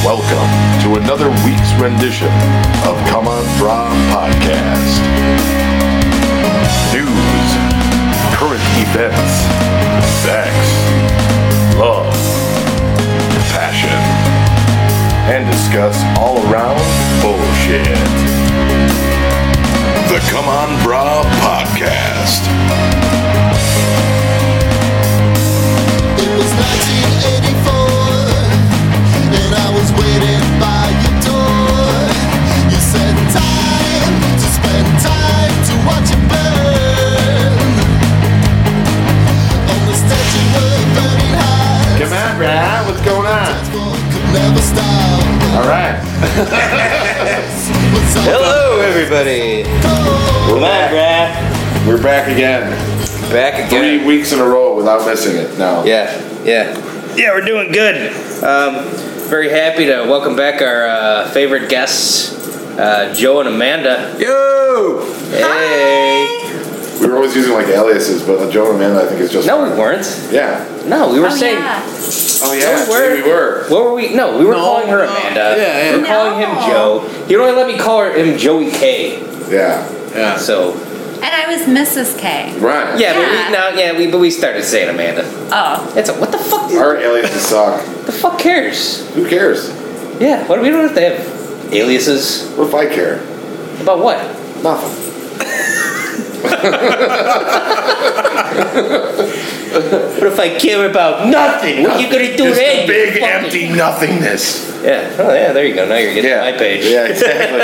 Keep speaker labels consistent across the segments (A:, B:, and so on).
A: Welcome to another week's rendition of Come On Fra Podcast. News, current events, sex, love, passion, and discuss all around bullshit. The Come On Bra Podcast.
B: It was 1984, and I was waiting by your door. You said time to spend time to watch it burn. On the stage you were burning high.
C: Come on, Brad. What's going on?
B: Could never stop.
C: All right.
B: What's up?
D: Hello, everybody.
C: We're
D: Come on,
C: back.
D: Brad.
C: We're back again.
D: Back
C: Three
D: again.
C: weeks in a row without missing it now.
D: Yeah, yeah. Yeah, we're doing good. Um, very happy to welcome back our uh, favorite guests, uh, Joe and Amanda.
C: Yo!
D: Hey.
C: We were always using like aliases, but Joe and Amanda, I think, is just.
D: No, we weren't.
C: Yeah.
D: No, we were
E: Oh,
D: saying.
E: yeah.
C: Oh,
D: yeah. We were.
C: We were.
D: What were we? No, we were
C: No,
D: calling her
C: no.
D: Amanda.
C: Yeah, yeah.
D: We were calling him
E: No.
D: Joe. He only let me call her, him Joey K.
C: Yeah. Yeah.
D: So
E: And I was Mrs. K.
C: Right.
D: yeah, but
E: Yeah.
D: we, no, yeah, we but we started saying Amanda.
C: Ah.
E: Oh,
D: It's a what the fuck?
C: Our aliases suck.
D: the fuck cares?
C: Who cares?
D: Yeah, what we don't have to have aliases.
C: What if I care?
D: About what?
C: Nothing.
D: What if I care about nothing? What are you gonna do
C: Just
D: then? you
C: big
D: fucking-
C: empty nothingness.
D: Yeah. Oh yeah, there you go. Now you're getting
C: Yeah.
D: to my page.
C: Yeah, exactly.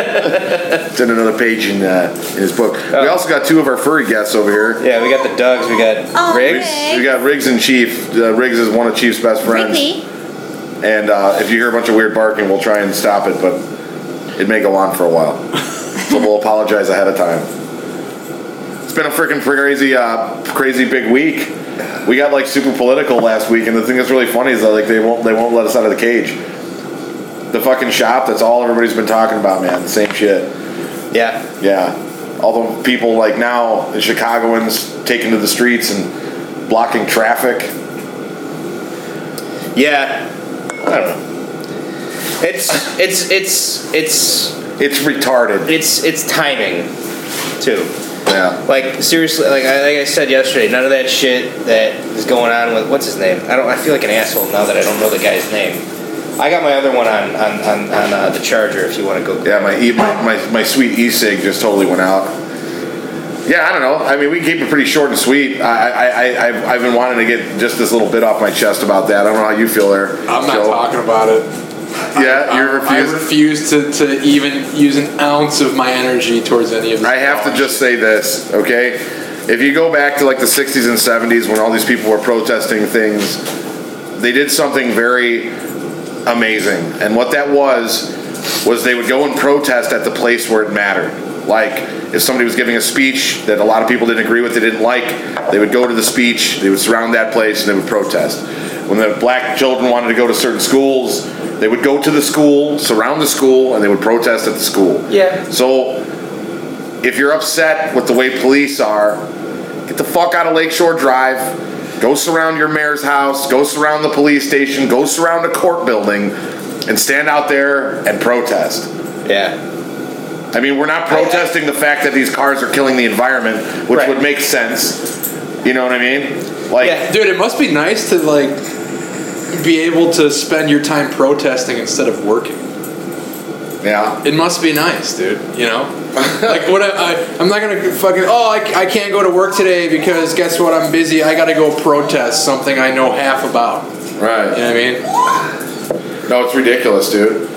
C: Did another page in, uh, in his book. We
D: Oh.
C: also got two of our furry guests over here.
D: Yeah, we got the dogs, we got
E: Oh,
D: Riggs.
E: hey.
C: We got Riggs and Chief. Uh, Riggs is one of Chief's best friends.
E: really?
C: And uh, if you hear a bunch of weird barking, we'll try and stop it, but it may go on for a while. so we'll apologize ahead of time. It's been a freaking crazy, uh, crazy big week. We got like super political last week, and the thing that's really funny is that like they won't they won't let us out of the cage. The fucking shop. That's all everybody's been talking about, man. The same shit.
D: Yeah.
C: Yeah. Although people like now, the Chicagoans taking to the streets and blocking traffic.
D: Yeah.
C: I don't know.
D: It's it's it's it's
C: It's retarded.
D: it's it's timing too.
C: Yeah.
D: Like seriously, like I like I said yesterday, none of that shit that is going on with what's his name. I don't. I feel like an asshole now that I don't know the guy's name. I got my other one on on on, on uh, the charger. If you want to go.
C: Yeah, my e- my, my, my sweet e cig just totally went out. Yeah, I don't know. I mean, we keep it pretty short and sweet. I, I, I, I've, I've been wanting to get just this little bit off my chest about that. I don't know how you feel there.
F: I'm not
C: Joe.
F: talking about it.
C: Yeah,
F: I-
C: you refuse-
F: I refuse to, to even use an ounce of my energy towards any of this.
C: I have to just say this, okay? If you go back to like the 60s and 70s when all these people were protesting things, they did something very amazing. And what that was, was they would go and protest at the place where it mattered. Like, if somebody was giving a speech that a lot of people didn't agree with, they didn't like, they would go to the speech, they would surround that place, and they would protest. When the black children wanted to go to certain schools, they would go to the school, surround the school, and they would protest at the school.
D: Yeah.
C: So, if you're upset with the way police are, get the fuck out of Lakeshore Drive. Go surround your mayor's house. Go surround the police station. Go surround a court building, and stand out there and protest.
D: Yeah.
C: I mean, we're not protesting the fact that these cars are killing the environment, which
D: Right.
C: would make sense. You know what I mean? Like,
D: Yeah.
F: dude. It must be nice to like be able to spend your time protesting instead of working.
C: yeah.
F: It must be nice, dude. You know, like what I, I I'm not gonna fucking oh I, I can't go to work today because guess what I'm busy. I gotta go protest something I know half about. You
C: Right.
F: know what I mean?
C: No, it's ridiculous, dude.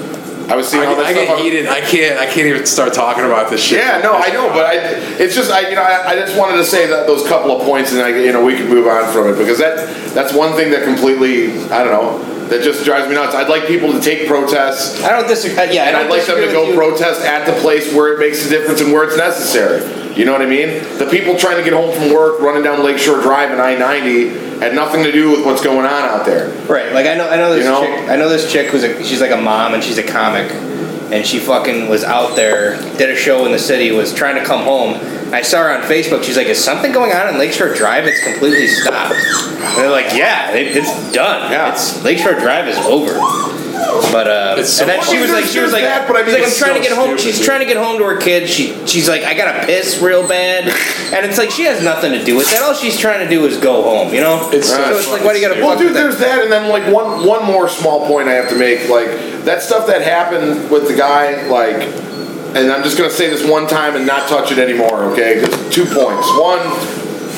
C: I was seeing all
F: I,
C: this
F: I
C: stuff.
F: get
C: on-
F: heated. I can't. I can't even start talking about this shit.
C: Yeah, no, I know, but I, it's just I, you know, I, I just wanted to say that those couple of points, and I, you know, we can move on from it because that that's one thing that completely, I don't know, that just drives me nuts. I'd like people to take protests,
D: I don't disagree. Yeah.
C: and
D: I don't
C: I'd like them
D: disagree
C: to go
D: with you.
C: protest at the place where it makes a difference and where it's necessary. You know what I mean? The people trying to get home from work, running down Lakeshore Drive and I ninety, had nothing to do with what's going on out there.
D: Right. Like I know. I know this
C: You know?
D: chick. I know this chick who's a. She's like a mom and she's a comic, and she fucking was out there, did a show in the city, was trying to come home, I saw her on Facebook. She's like, "Is something going on in Lakeshore Drive? It's completely stopped." And they're like, "Yeah, it, it's done.
C: Yeah.
D: It's Lakeshore Drive is over." But uh,
F: It's so
D: and then she
C: Well,
D: was like, she was
C: there's
D: like,
C: that, but I mean,
D: she's like, I'm
C: it's
D: trying to
C: so
D: get home.
C: stupid,
D: She's
C: dude.
D: trying to get home to her kids. She she's like, I gotta piss real bad, and it's like she has nothing to do with that. All she's trying to do is go home. You know,
F: It's so
D: it's like, why do you gotta
C: Well,
D: fuck with
C: dude,
D: that?
C: there's that, and then like one one more small point I have to make, like that stuff that happened with the guy, like, and I'm just gonna say this one time and not touch it anymore, okay? 'Cause two points. One,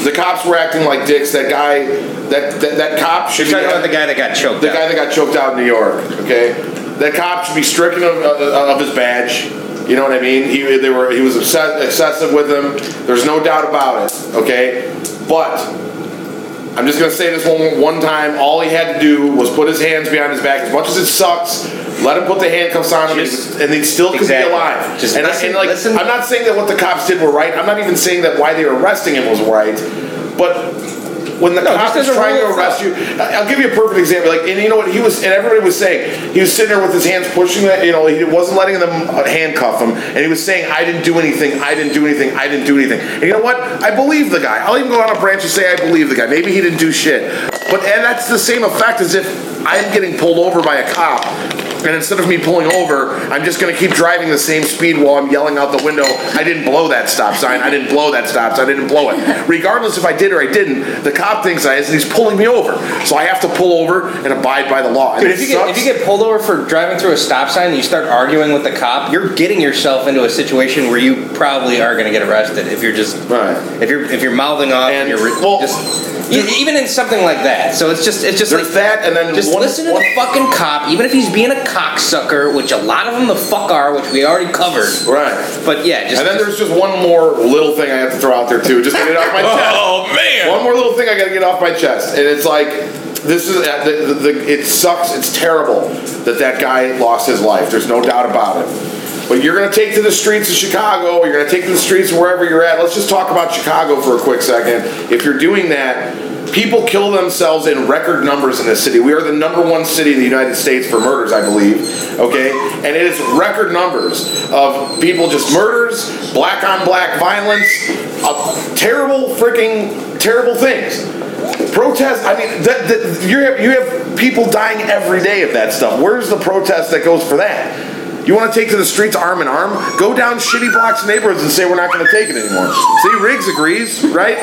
C: the cops were acting like dicks. That guy, that that, that cop should
D: You're
C: be
D: talking about the guy that got choked.
C: the
D: out.
C: guy that got choked out in New York. Okay, that cop should be stricken of, of, of his badge. You know what I mean? He they were he was obsess- excessive with him. There's no doubt about it. Okay, but I'm just gonna say this one one time. All he had to do was put his hands behind his back. As much as it sucks, let him put the handcuffs on him,
D: Just-
C: and he still could
D: Exactly.
C: be alive.
D: Just
C: and,
D: listen-
C: I, and like
D: listen.
C: I'm not saying that what the cops did were right. I'm not even saying that why they were arresting him was right, but. When the
D: No,
C: cop
D: just
C: is
D: as a
C: trying
D: rule,
C: to
D: it's
C: arrest
D: not.
C: you. I- I'll give you a perfect example. Like, and you know what he was, and everybody was saying he was sitting there with his hands pushing that. You know, he wasn't letting them uh, handcuff him, and he was saying, "I didn't do anything. I didn't do anything. I didn't do anything." And you know what? I believe the guy. I'll even go on a branch and say I believe the guy. Maybe he didn't do shit, but and that's the same effect as if I'm getting pulled over by a cop. And instead of me pulling over, I'm just gonna keep driving the same speed while I'm yelling out the window, I didn't blow that stop sign, I didn't blow that stop sign, I didn't blow it. Regardless if I did or I didn't, the cop thinks I is and he's pulling me over. So I have to pull over and abide by the law. And
D: Dude,
C: it
D: if you, get, if
C: sucks.
D: you get pulled over for driving through a stop sign and you start arguing with the cop, you're getting yourself into a situation where you probably are going to get arrested if you're just
C: Right.
D: if you're if you're mouthing off
C: And,
D: and, you're re-
C: well,
D: just e- even in something like that. So it's just it's just
C: There's
D: like
C: that, and then
D: just
C: one-
D: listen to
C: one-
D: the fucking cop, even if he's being a cocksucker, which a lot of them the fuck are, which we already covered.
C: Right.
D: But yeah, just
C: And then there's just one more little thing I have to throw out there too, just to get it off my chest.
F: man!
C: One more little thing I gotta get off my chest, and it's like this is uh, the, the, the, it sucks. It's terrible that that guy lost his life. There's no doubt about it. But you're gonna take to the streets of Chicago, or you're gonna take to the streets of wherever you're at. Let's just talk about Chicago for a quick second. If you're doing that, people kill themselves in record numbers in this city. We are the number one city in the United States for murders, I believe. Okay, and it is record numbers of people just murders, black on black violence, uh, terrible freaking terrible things protest. I mean, that, that, you have you have people dying every day of that stuff. Where's the protest that goes for that? You want to take to the streets arm in arm? Go down shitty blocks, neighborhoods, and say we're not going to take it anymore. See, Riggs agrees, right?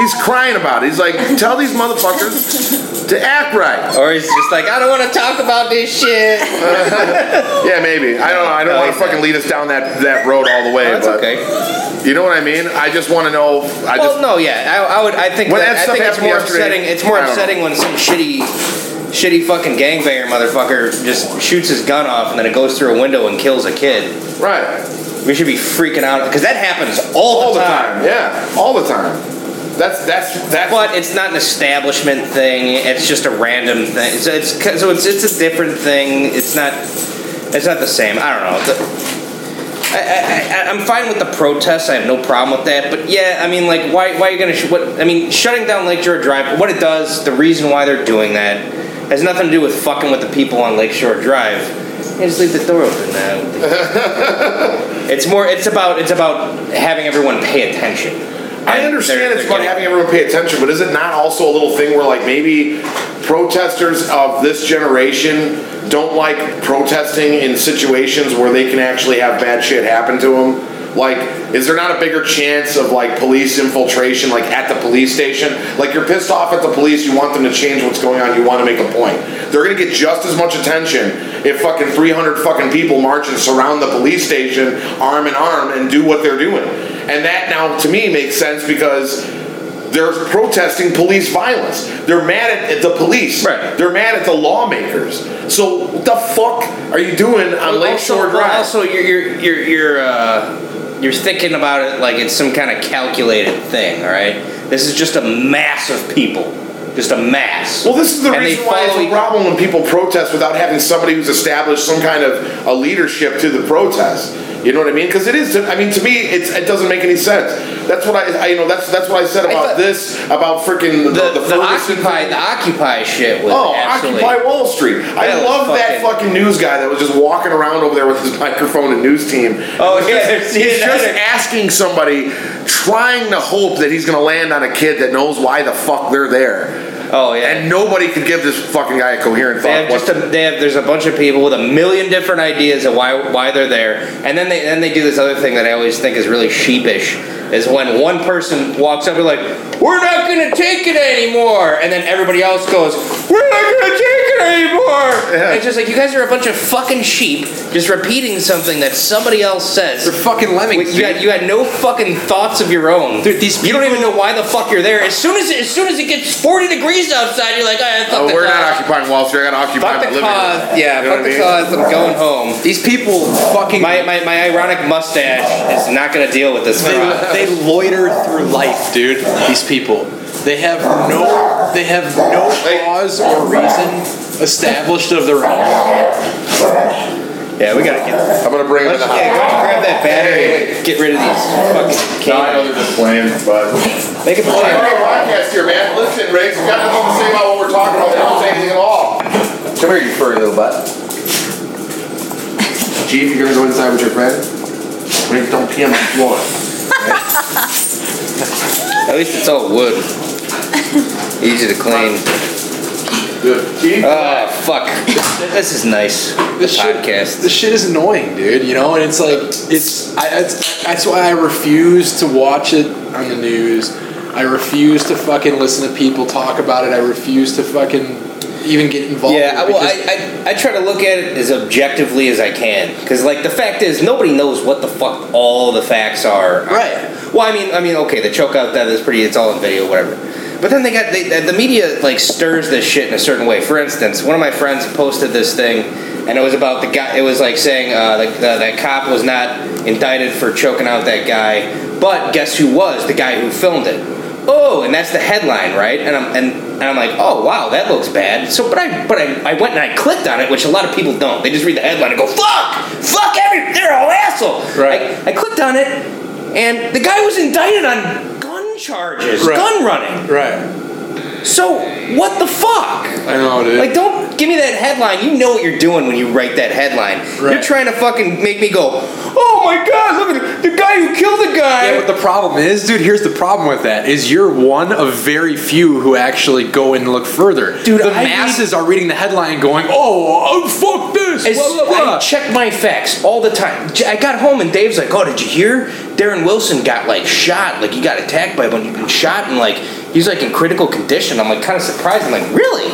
C: He's crying about it. He's like, tell these motherfuckers to act right.
D: or he's just like I don't want to talk about this shit.
C: Yeah, maybe. I don't know. I don't
D: No,
C: want
D: he's
C: to fucking lead us down that, that road all the way.
D: That's
C: but
D: okay.
C: You know what I mean? I just want to know. I
D: well,
C: just
D: no, yeah, I, I would. I think
C: When
D: that,
C: that
D: I
C: stuff
D: think it's
C: happened
D: more
C: yesterday,
D: upsetting. It's more
C: I don't
D: upsetting when some shitty, shitty fucking gangbanger motherfucker just shoots his gun off and then it goes through a window and kills a kid.
C: right.
D: We should be freaking out because that happens all,
C: All the time. Yeah, all the time. That's that's that's.
D: But it's not an establishment thing. It's just a random thing. So it's so it's, it's a different thing. It's not it's not the same. I don't know. The- I, I, I, I'm fine with the protests. I have no problem with that. But yeah, I mean, like, why why are you gonna? Sh- what I mean, shutting down Lakeshore Drive. What it does, the reason why they're doing that, has nothing to do with fucking with the people on Lakeshore Drive. Yeah, just leave the door open. Now. it's more. It's about. It's about having everyone pay attention.
C: I
D: And
C: understand
D: they're-
C: it's
D: they're
C: about
D: getting-
C: having everyone pay attention, but is it not also a little thing where like maybe protesters of this generation don't like protesting in situations where they can actually have bad shit happen to them? Like, is there not a bigger chance of like police infiltration, like at the police station? Like, you're pissed off at the police, you want them to change what's going on, you want to make a point. They're gonna get just as much attention if fucking 300 fucking people march and surround the police station arm in arm and do what they're doing. And that now, to me, makes sense because they're protesting police violence. They're mad at, at the police.
D: Right.
C: They're mad at the lawmakers. So what the fuck are you doing on Lakeshore
D: also, well,
C: Drive?
D: Also, you're you're you're you're, uh, you're thinking about it like it's some kind of calculated thing. All right, this is just a mass of people. just a mass.
C: Well, this is the
D: And they
C: reason why it's
D: follow
C: a
D: each-
C: problem when people protest without having somebody who's established some kind of a leadership to the protest. You know what I mean? Because it is. I mean, to me, it's, it doesn't make any sense. That's what I, I you know, that's that's what I said about
D: thought-
C: this, about freaking the,
D: the,
C: the,
D: the,
C: Ferguson
D: Occupy
C: thing.
D: the Occupy shit was
C: Oh,
D: absolutely.
C: Occupy Wall Street! I
D: That was
C: love that
D: fucking-
C: fucking news guy that was just walking around over there with his microphone and news team.
D: Oh, yeah,
C: he's just,
D: I've seen
C: he's
D: that.
C: just asking somebody, trying to hope that he's going to land on a kid that knows why the fuck they're there.
D: oh yeah.
C: And nobody could give this fucking guy a coherent
D: They
C: thought.
D: have just a, they have, there's a bunch of people with a million different ideas of why why they're there, and then they then they do this other thing that I always think is really sheepish is when one person walks up and like we're not gonna take it anymore, and then everybody else goes we're not gonna take it anymore.
C: Yeah.
D: And it's just like you guys are a bunch of fucking sheep just repeating something that somebody else
F: They're
D: says.
F: fucking lemmings.
D: You had, you had no fucking thoughts of your own.
F: Dude, these
D: you don't even know why the fuck you're there. As soon as as soon as it gets 40 degrees outside, you're like, ah, fuck
C: oh,
D: the
C: we're
D: cause."
C: not occupying Wall Street. I got to occupy
D: Fuck
C: my
D: the
C: living
D: cause.
C: room.
D: Yeah,
C: You know what
D: fuck
C: I
D: the
C: mean?
D: cause. I'm going home.
F: These people fucking
D: My, my, my ironic mustache is not going to deal with this crowd.
F: they, they loiter through life, dude. These people. They have no they have no cause or reason established of their own.
D: Yeah, we got to get.
C: I'm going to bring him in
D: Let's,
C: the
D: yeah,
C: house.
D: go grab that battery. and Get rid of these fucking
C: No, I know they're
D: canines.
C: just playing, but.
D: They can
C: Well,
D: play.
C: we're a podcast here, man. Listen, Riggs, we got nothing to say about what we're talking about. We don't say anything at all.
G: Come here, you furry little butt. Chief, you gonna go inside with your friend? Please don't pee on the floor.
D: At least it's all wood. Easy to clean.
C: Chief?
D: Oh, fuck. This is nice.
F: This shit,
D: podcast.
F: this shit is annoying, dude. You know, and it's like it's. I, it's that's why I refuse to watch it on the news. I refuse to fucking listen to people talk about it. I refuse to fucking even get involved.
D: Yeah, I-
F: with it
D: well,
F: because-
D: I, I, I try to look at it as objectively as I can because, like, the fact is nobody knows what the fuck all the facts are.
F: Right.
D: Well, I mean, I mean, okay, the choke out that is pretty. It's all in video, whatever. But then they got they, the media like stirs this shit in a certain way. For instance, one of my friends posted this thing, and it was about the guy. It was like saying uh, like the, that cop was not indicted for choking out that guy, but guess who was the guy who filmed it oh, and that's the headline, right? And I'm and, and I'm like, oh wow, that looks bad. So, but I but I, I went and I clicked on it, which a lot of people don't. They just read the headline and go, fuck, fuck every, they're all asshole.
F: Right.
D: I, I clicked on it, and the guy was indicted on gun charges,
F: Right.
D: gun running.
F: right.
D: So what the fuck?
F: I know, dude.
D: Like, don't give me that headline. You know what you're doing when you write that headline. You're
F: Right.
D: trying to fucking make me go, oh my god, look at the guy who killed the guy.
F: Yeah, but the problem is, dude. Here's the problem with that: is you're one of very few who actually go and look further.
D: Dude,
F: the
D: I read-
F: masses are reading the headline, going, "Oh, oh fuck this!"
D: It's-
F: blah, blah, blah."
D: I check my facts all the time. J- I got home and Dave's like, "Oh, did you hear? Darren Wilson got like shot. Like he got attacked by a bunch. He's been shot and like he's like in critical condition." I'm like kind of surprised. I'm like, "Really?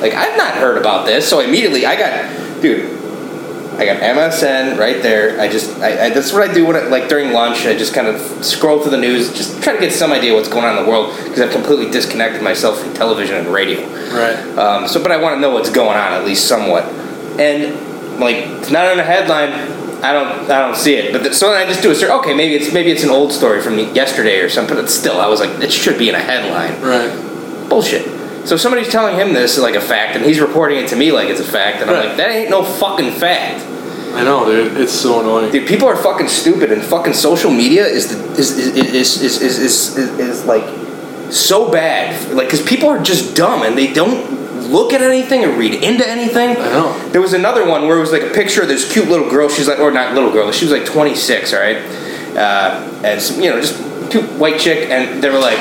D: Like I've not heard about this." So immediately I got, dude. I got MSN right there. I just I, I, that's what I do when I, like during lunch. I just kind of scroll through the news, just try to get some idea what's going on in the world because I've completely disconnected myself from television and radio.
F: right.
D: Um, so, but I want to know what's going on at least somewhat. And like, it's not on a headline. I don't, I don't see it. But the, so then I just do a search. Okay, maybe it's maybe it's an old story from yesterday or something. But still, I was like, it should be in a headline.
F: Right.
D: Bullshit. So somebody's telling him this is like a fact, and he's reporting it to me like it's a fact, and I'm
F: Right.
D: like, that ain't no fucking fact,
F: I know, dude. It's so annoying.
D: dude. People are fucking stupid, and fucking social media is the is is is is is, is, is, is like so bad, like because people are just dumb and they don't look at anything or read into anything.
F: I know.
D: There was another one where it was like a picture of this cute little girl. She's like, or not little girl. She was like 26, all right, uh, and some, you know, just cute white chick. And they were like,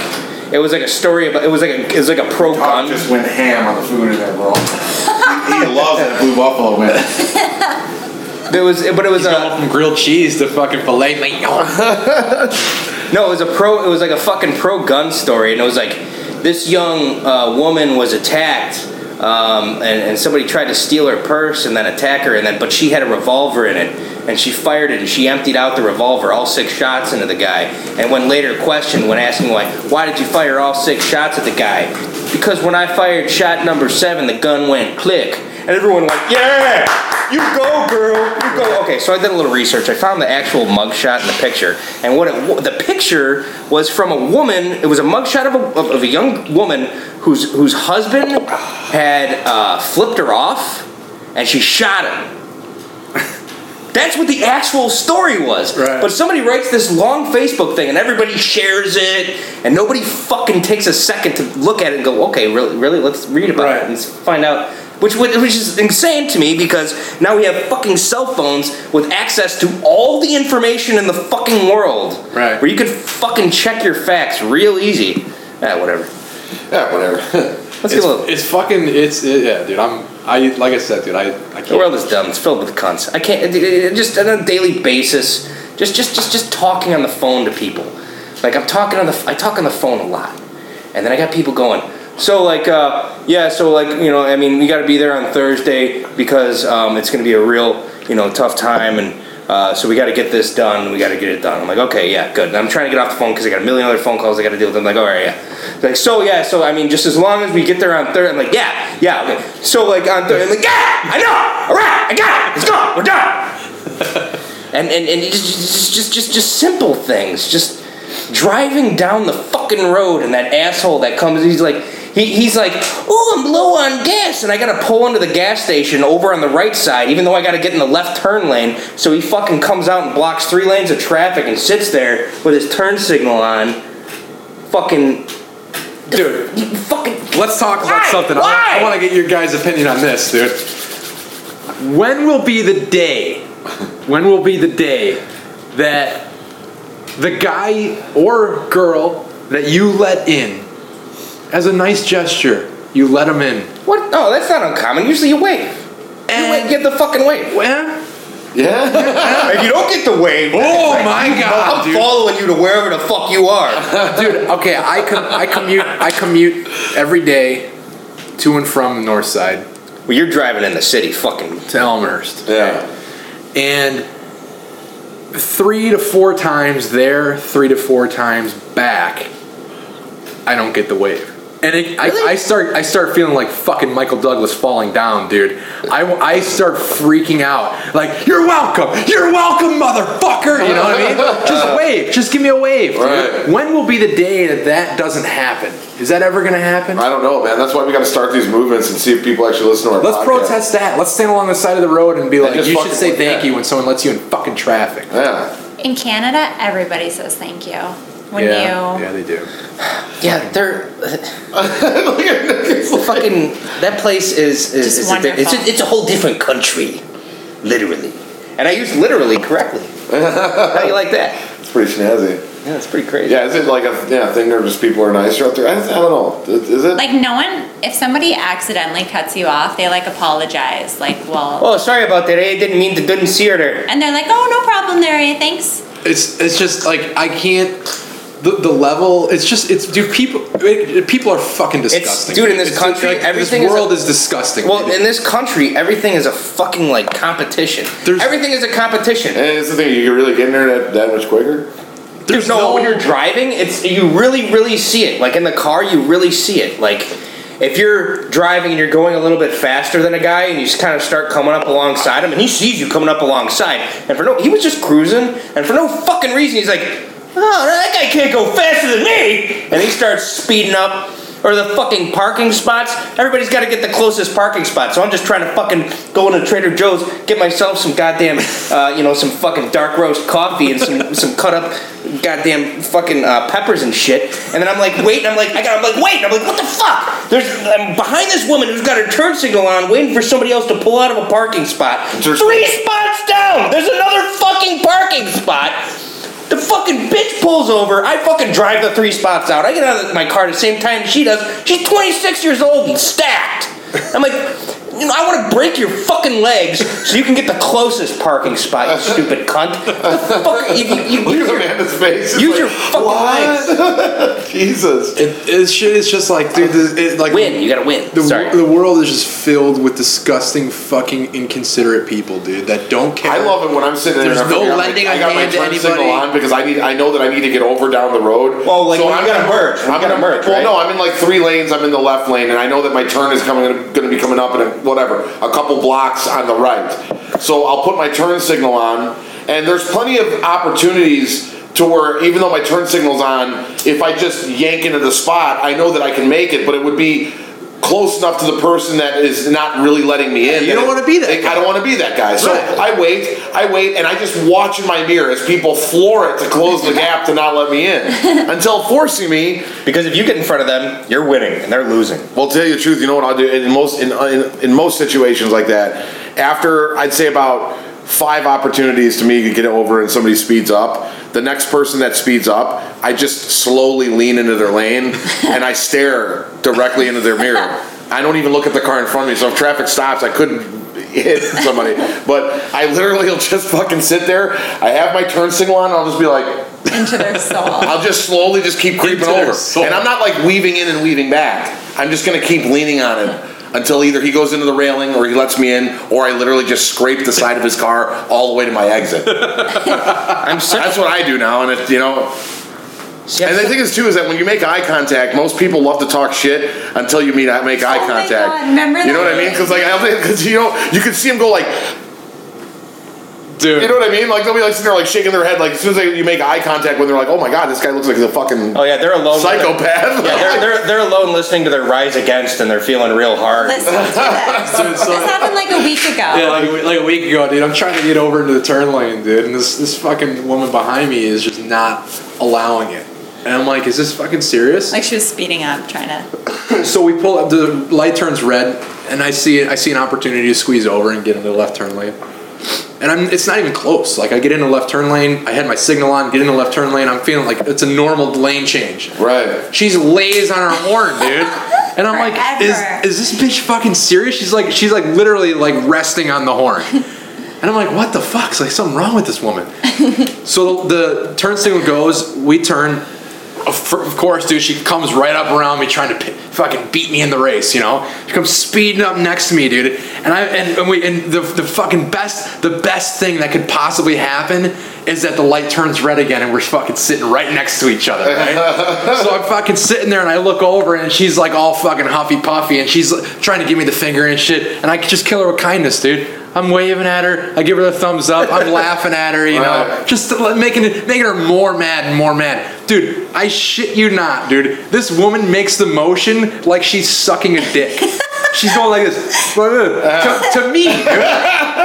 D: it was like a story about. It was like a, it was like a pro
C: Tom
D: gun.
C: just went ham on the food in that roll. he loves that blue buffalo wing.
D: There was, but it was
F: He's
D: a
F: going from grilled cheese to fucking filet mignon.
D: no. It was a pro. It was like a fucking pro gun story, and it was like this young uh, woman was attacked. Um, and, and somebody tried to steal her purse and then attack her and then but she had a revolver in it and she fired it and she emptied out the revolver all six shots into the guy and when later questioned when asking why why did you fire all six shots at the guy because when i fired shot number seven the gun went click and everyone went yeah You go, girl. You go. Okay, so I did a little research. I found the actual mugshot in the picture, and what it, wa- the picture was from a woman. It was a mugshot of a, of, of a young woman whose whose husband had uh, flipped her off, and she shot him. That's what the actual story was.
F: Right.
D: But somebody writes this long Facebook thing, and everybody shares it, and nobody fucking takes a second to look at it and go, okay, really, really, let's read about
F: Right.
D: it and find out. Which, which is insane to me because now we have fucking cell phones with access to all the information in the fucking world.
F: Right.
D: Where you could fucking check your facts real easy. Ah, whatever.
G: Yeah, whatever.
D: Let's get a little.
F: It's fucking. It's it, yeah, dude. I'm. I like I said, dude. I. I
D: The world
F: can't.
D: is dumb. It's filled with cunts. I can't it- it- it- just on a daily basis. Just, just, just, just talking on the phone to people. Like I'm talking on the, I talk on the phone a lot, and then I got people going. So like, uh, yeah. So like, you know, I mean, we got to be there on Thursday because um, it's going to be a real, you know, tough time, and uh, so we got to get this done. We got to get it done. I'm like, okay, yeah, good. And I'm trying to get off the phone because I got a million other phone calls I got to deal with. I'm like, all right, yeah. Like, so yeah. So I mean, just as long as we get there on Thursday, I'm like, yeah, yeah, okay. So like on Thursday, I'm like, yeah, I know. All right, I got it. Let's go. We're done and and, and just, just just just just simple things just driving down the fucking road and that asshole that comes he's like he, he's like oh i'm low on gas and i gotta pull into the gas station over on the right side even though i gotta get in the left turn lane so he fucking comes out and blocks three lanes of traffic and sits there with his turn signal on fucking
F: Dude,
D: fucking
F: let's talk about
D: Why?
F: something. I-
D: Why?
F: I, want to get your guys' opinion on this, dude. When will be the day? When will be the day that the guy or girl that you let in, as a nice gesture, you let them in?
D: what no that's not uncommon usually you wait you wait, get the fucking wave.
F: Well,
G: Yeah?
D: If you don't get the wave,
F: Oh my God,
D: I'm
F: dude.
D: following you to wherever the fuck you are.
F: dude. Okay, I com- I commute I commute every day to and from the north side
D: Well, you're driving in the city, fucking.
F: to Elmhurst,
G: yeah.
F: and three to four times there, three to four times back, I don't get the wave. And it, I, I start I start feeling like fucking Michael Douglas falling down, dude. I, I start freaking out. Like, you're welcome, you're welcome, motherfucker. You know what I mean? Just wave, just give me a wave. dude.
G: Right.
F: When will be the day that that doesn't happen? Is that ever gonna happen?
G: I don't know, man. That's why we got to start these movements and see if people actually listen to our
F: Let's
G: podcast.
F: protest that. Let's stand along the side of the road and be like,
G: just
F: you should
G: fucking
F: say
G: look
F: thank
G: at
F: you when someone lets you in fucking traffic.
G: Yeah.
E: In Canada, everybody says thank you when
F: yeah,
E: you.
F: yeah, they do.
D: Yeah, they're. fucking. That place is is,
E: Just
D: is a, di- it's a,
E: wonderful.
D: it's a whole different country, literally. And I use literally correctly. How do you like that?
G: It's pretty snazzy.
D: Yeah, it's pretty crazy.
G: Yeah, is it like a yeah thing where just people are nicer out there? I, I don't know. Is is it?
E: Like no one, if somebody accidentally cuts you off, they like apologize, like well,
D: Oh, sorry about that. I didn't mean to. Didn't see her there.
E: and they're like, oh no problem, Larry, thanks.
F: It's it's just like I can't. The, the level it's just it's dude people it, people are fucking disgusting
D: dude, in this country,
F: like,
D: everything is
F: this
D: a-
F: world is, disgusting
D: Well,
F: dude.
D: in this country, everything is a fucking like competition.
F: There's-
D: everything is a competition.
G: And it's the thing you can really get in there that, that much quicker.
D: There's no, when you're driving, it's you really, really see it. Like in the car, you really see it. Like if you're driving and you're going a little bit faster than a guy, and you just kind of start coming up alongside him, and he sees you coming up alongside, and for no, he was just cruising, and for no fucking reason, he's like, "Oh, that guy can't go faster than me," and he starts speeding up. Or the fucking parking spots. Everybody's got to get the closest parking spot. So I'm just trying to fucking go into Trader Joe's, get myself some goddamn, uh, you know, some fucking dark roast coffee and some some cut up goddamn fucking uh, peppers and shit. And then I'm like, wait, and I'm like, I got, I'm like, wait, and I'm like, what the fuck? There's, I'm behind this woman who's got her turn signal on, waiting for somebody else to pull out of a parking spot.
G: There's-
D: Three spots down, there's another fucking parking spot. The fucking bitch pulls over. I fucking drive the three spots out. I get out of my car at the same time she does. She's 26 years old and stacked. I'm like, you know, I want to break your fucking legs so you can get the closest parking spot, you stupid cunt. The fuck, you, you, you,
G: Look at Amanda's face. It's
D: Use
G: like,
D: your fucking legs.
G: what? Jesus.
F: it, it's shit is just like dude this, it, like
D: Win. You gotta win.
F: the, wor-
D: Sorry.
F: the world is just filled with disgusting fucking inconsiderate people dude that don't care
G: I love it when I'm sitting there.
F: There's
G: and
F: no
G: I'm like,
F: lending
G: I
F: a
G: got my
F: hand to
G: turn signal
F: anybody.
G: on because I need. I know that I need to get over down the road.
D: Well, like, when
G: I'm
D: you gotta
G: gonna
D: merge, when you
G: I'm
D: gotta
G: gonna
D: merge,
G: Well,
D: right?
G: no, I'm in like three lanes. I'm in the left lane, and I know that my turn is coming. Going to be coming up in a, whatever a couple blocks on the right.
C: So I'll put my turn signal on, and there's plenty of opportunities to where even though my turn signal's on, if I just yank into the spot, I know that I can make it, but it would be close enough to the person that is not really letting me in.
H: you don't
C: It-
H: wanna be that
C: it- I don't want to be that guy. So
H: Right.
C: I wait, I wait, and I just watch in my mirror as people floor it to close the gap to not let me in until forcing me
D: Because if you get in front of them, you're winning and they're losing.
C: well, to tell you the truth, you know what I'll do in most in, in, in most situations like that. After I'd say about five opportunities to me to get over and somebody speeds up, the next person that speeds up, I just slowly lean into their lane and I stare directly into their mirror. I don't even look at the car in front of me. So if traffic stops, I couldn't hit somebody. But I literally will just fucking sit there. I have my turn signal on. And I'll just be like.
E: into their soul.
C: I'll just slowly just keep creeping
F: Into their
C: over.
F: soul.
C: And I'm not like weaving in and weaving back. I'm just gonna keep leaning on him until either he goes into the railing or he lets me in or I literally just scrape the side of his car all the way to my exit.
D: I'm such.
C: That's what I do now, and it, you know.
D: See, I'm
C: And the
D: such-
C: thing is too is that when you make eye contact, most people love to talk shit until you meet uh, make eye
E: Oh my
C: contact.
E: God, remember
C: you know what
E: that?
C: I mean? Because like I don't because you know you could see him go like
F: Dude,
C: you know what I mean? Like they'll be like sitting there like shaking their head like as soon as they, you make eye contact when they're like oh my god this guy looks like a fucking
D: oh yeah, they're alone. with their-
C: psychopath.
D: yeah, they're, they're they're alone listening to their rise against and they're feeling real hard.
E: Listen to this.
F: Dude, so-
E: This happened like a week ago.
F: Yeah, like, a wee- like a week ago, dude. I'm trying to get over into the turn lane, dude, and this this fucking woman behind me is just not allowing it. And I'm like, is this fucking serious?
E: Like she was speeding up, trying to.
F: So we pull up. The light turns red, and I see I see an opportunity to squeeze over and get into the left turn lane. And I'm it's not even close. Like I get into left turn lane. I had my signal on. Get into left turn lane. I'm feeling like it's a normal lane change.
C: Right.
F: She's lays on her horn, dude. And I'm like,
E: Forever.
F: is, is this bitch fucking serious? She's like, she's like literally like resting on the horn. And I'm like, what the fuck's like something wrong with this woman? so the turn signal goes, we turn. Of f- of course, dude, she comes right up around me trying to p- fucking beat me in the race, you know? She comes speeding up next to me, dude. And I and, and we and the, the fucking best the best thing that could possibly happen is that the light turns red again and we're fucking sitting right next to each other, right? so I'm fucking sitting there and I look over and she's like all fucking huffy puffy and she's like, trying to give me the finger and shit and I could just kill her with kindness, dude. I'm waving at her. I give her the thumbs up. I'm laughing at her, you know,
C: Right.
F: just to let- making it, making her more mad and more mad. Dude, I shit you not, dude. This woman makes the motion like she's sucking a dick. she's going like this like this, to, to me, dude.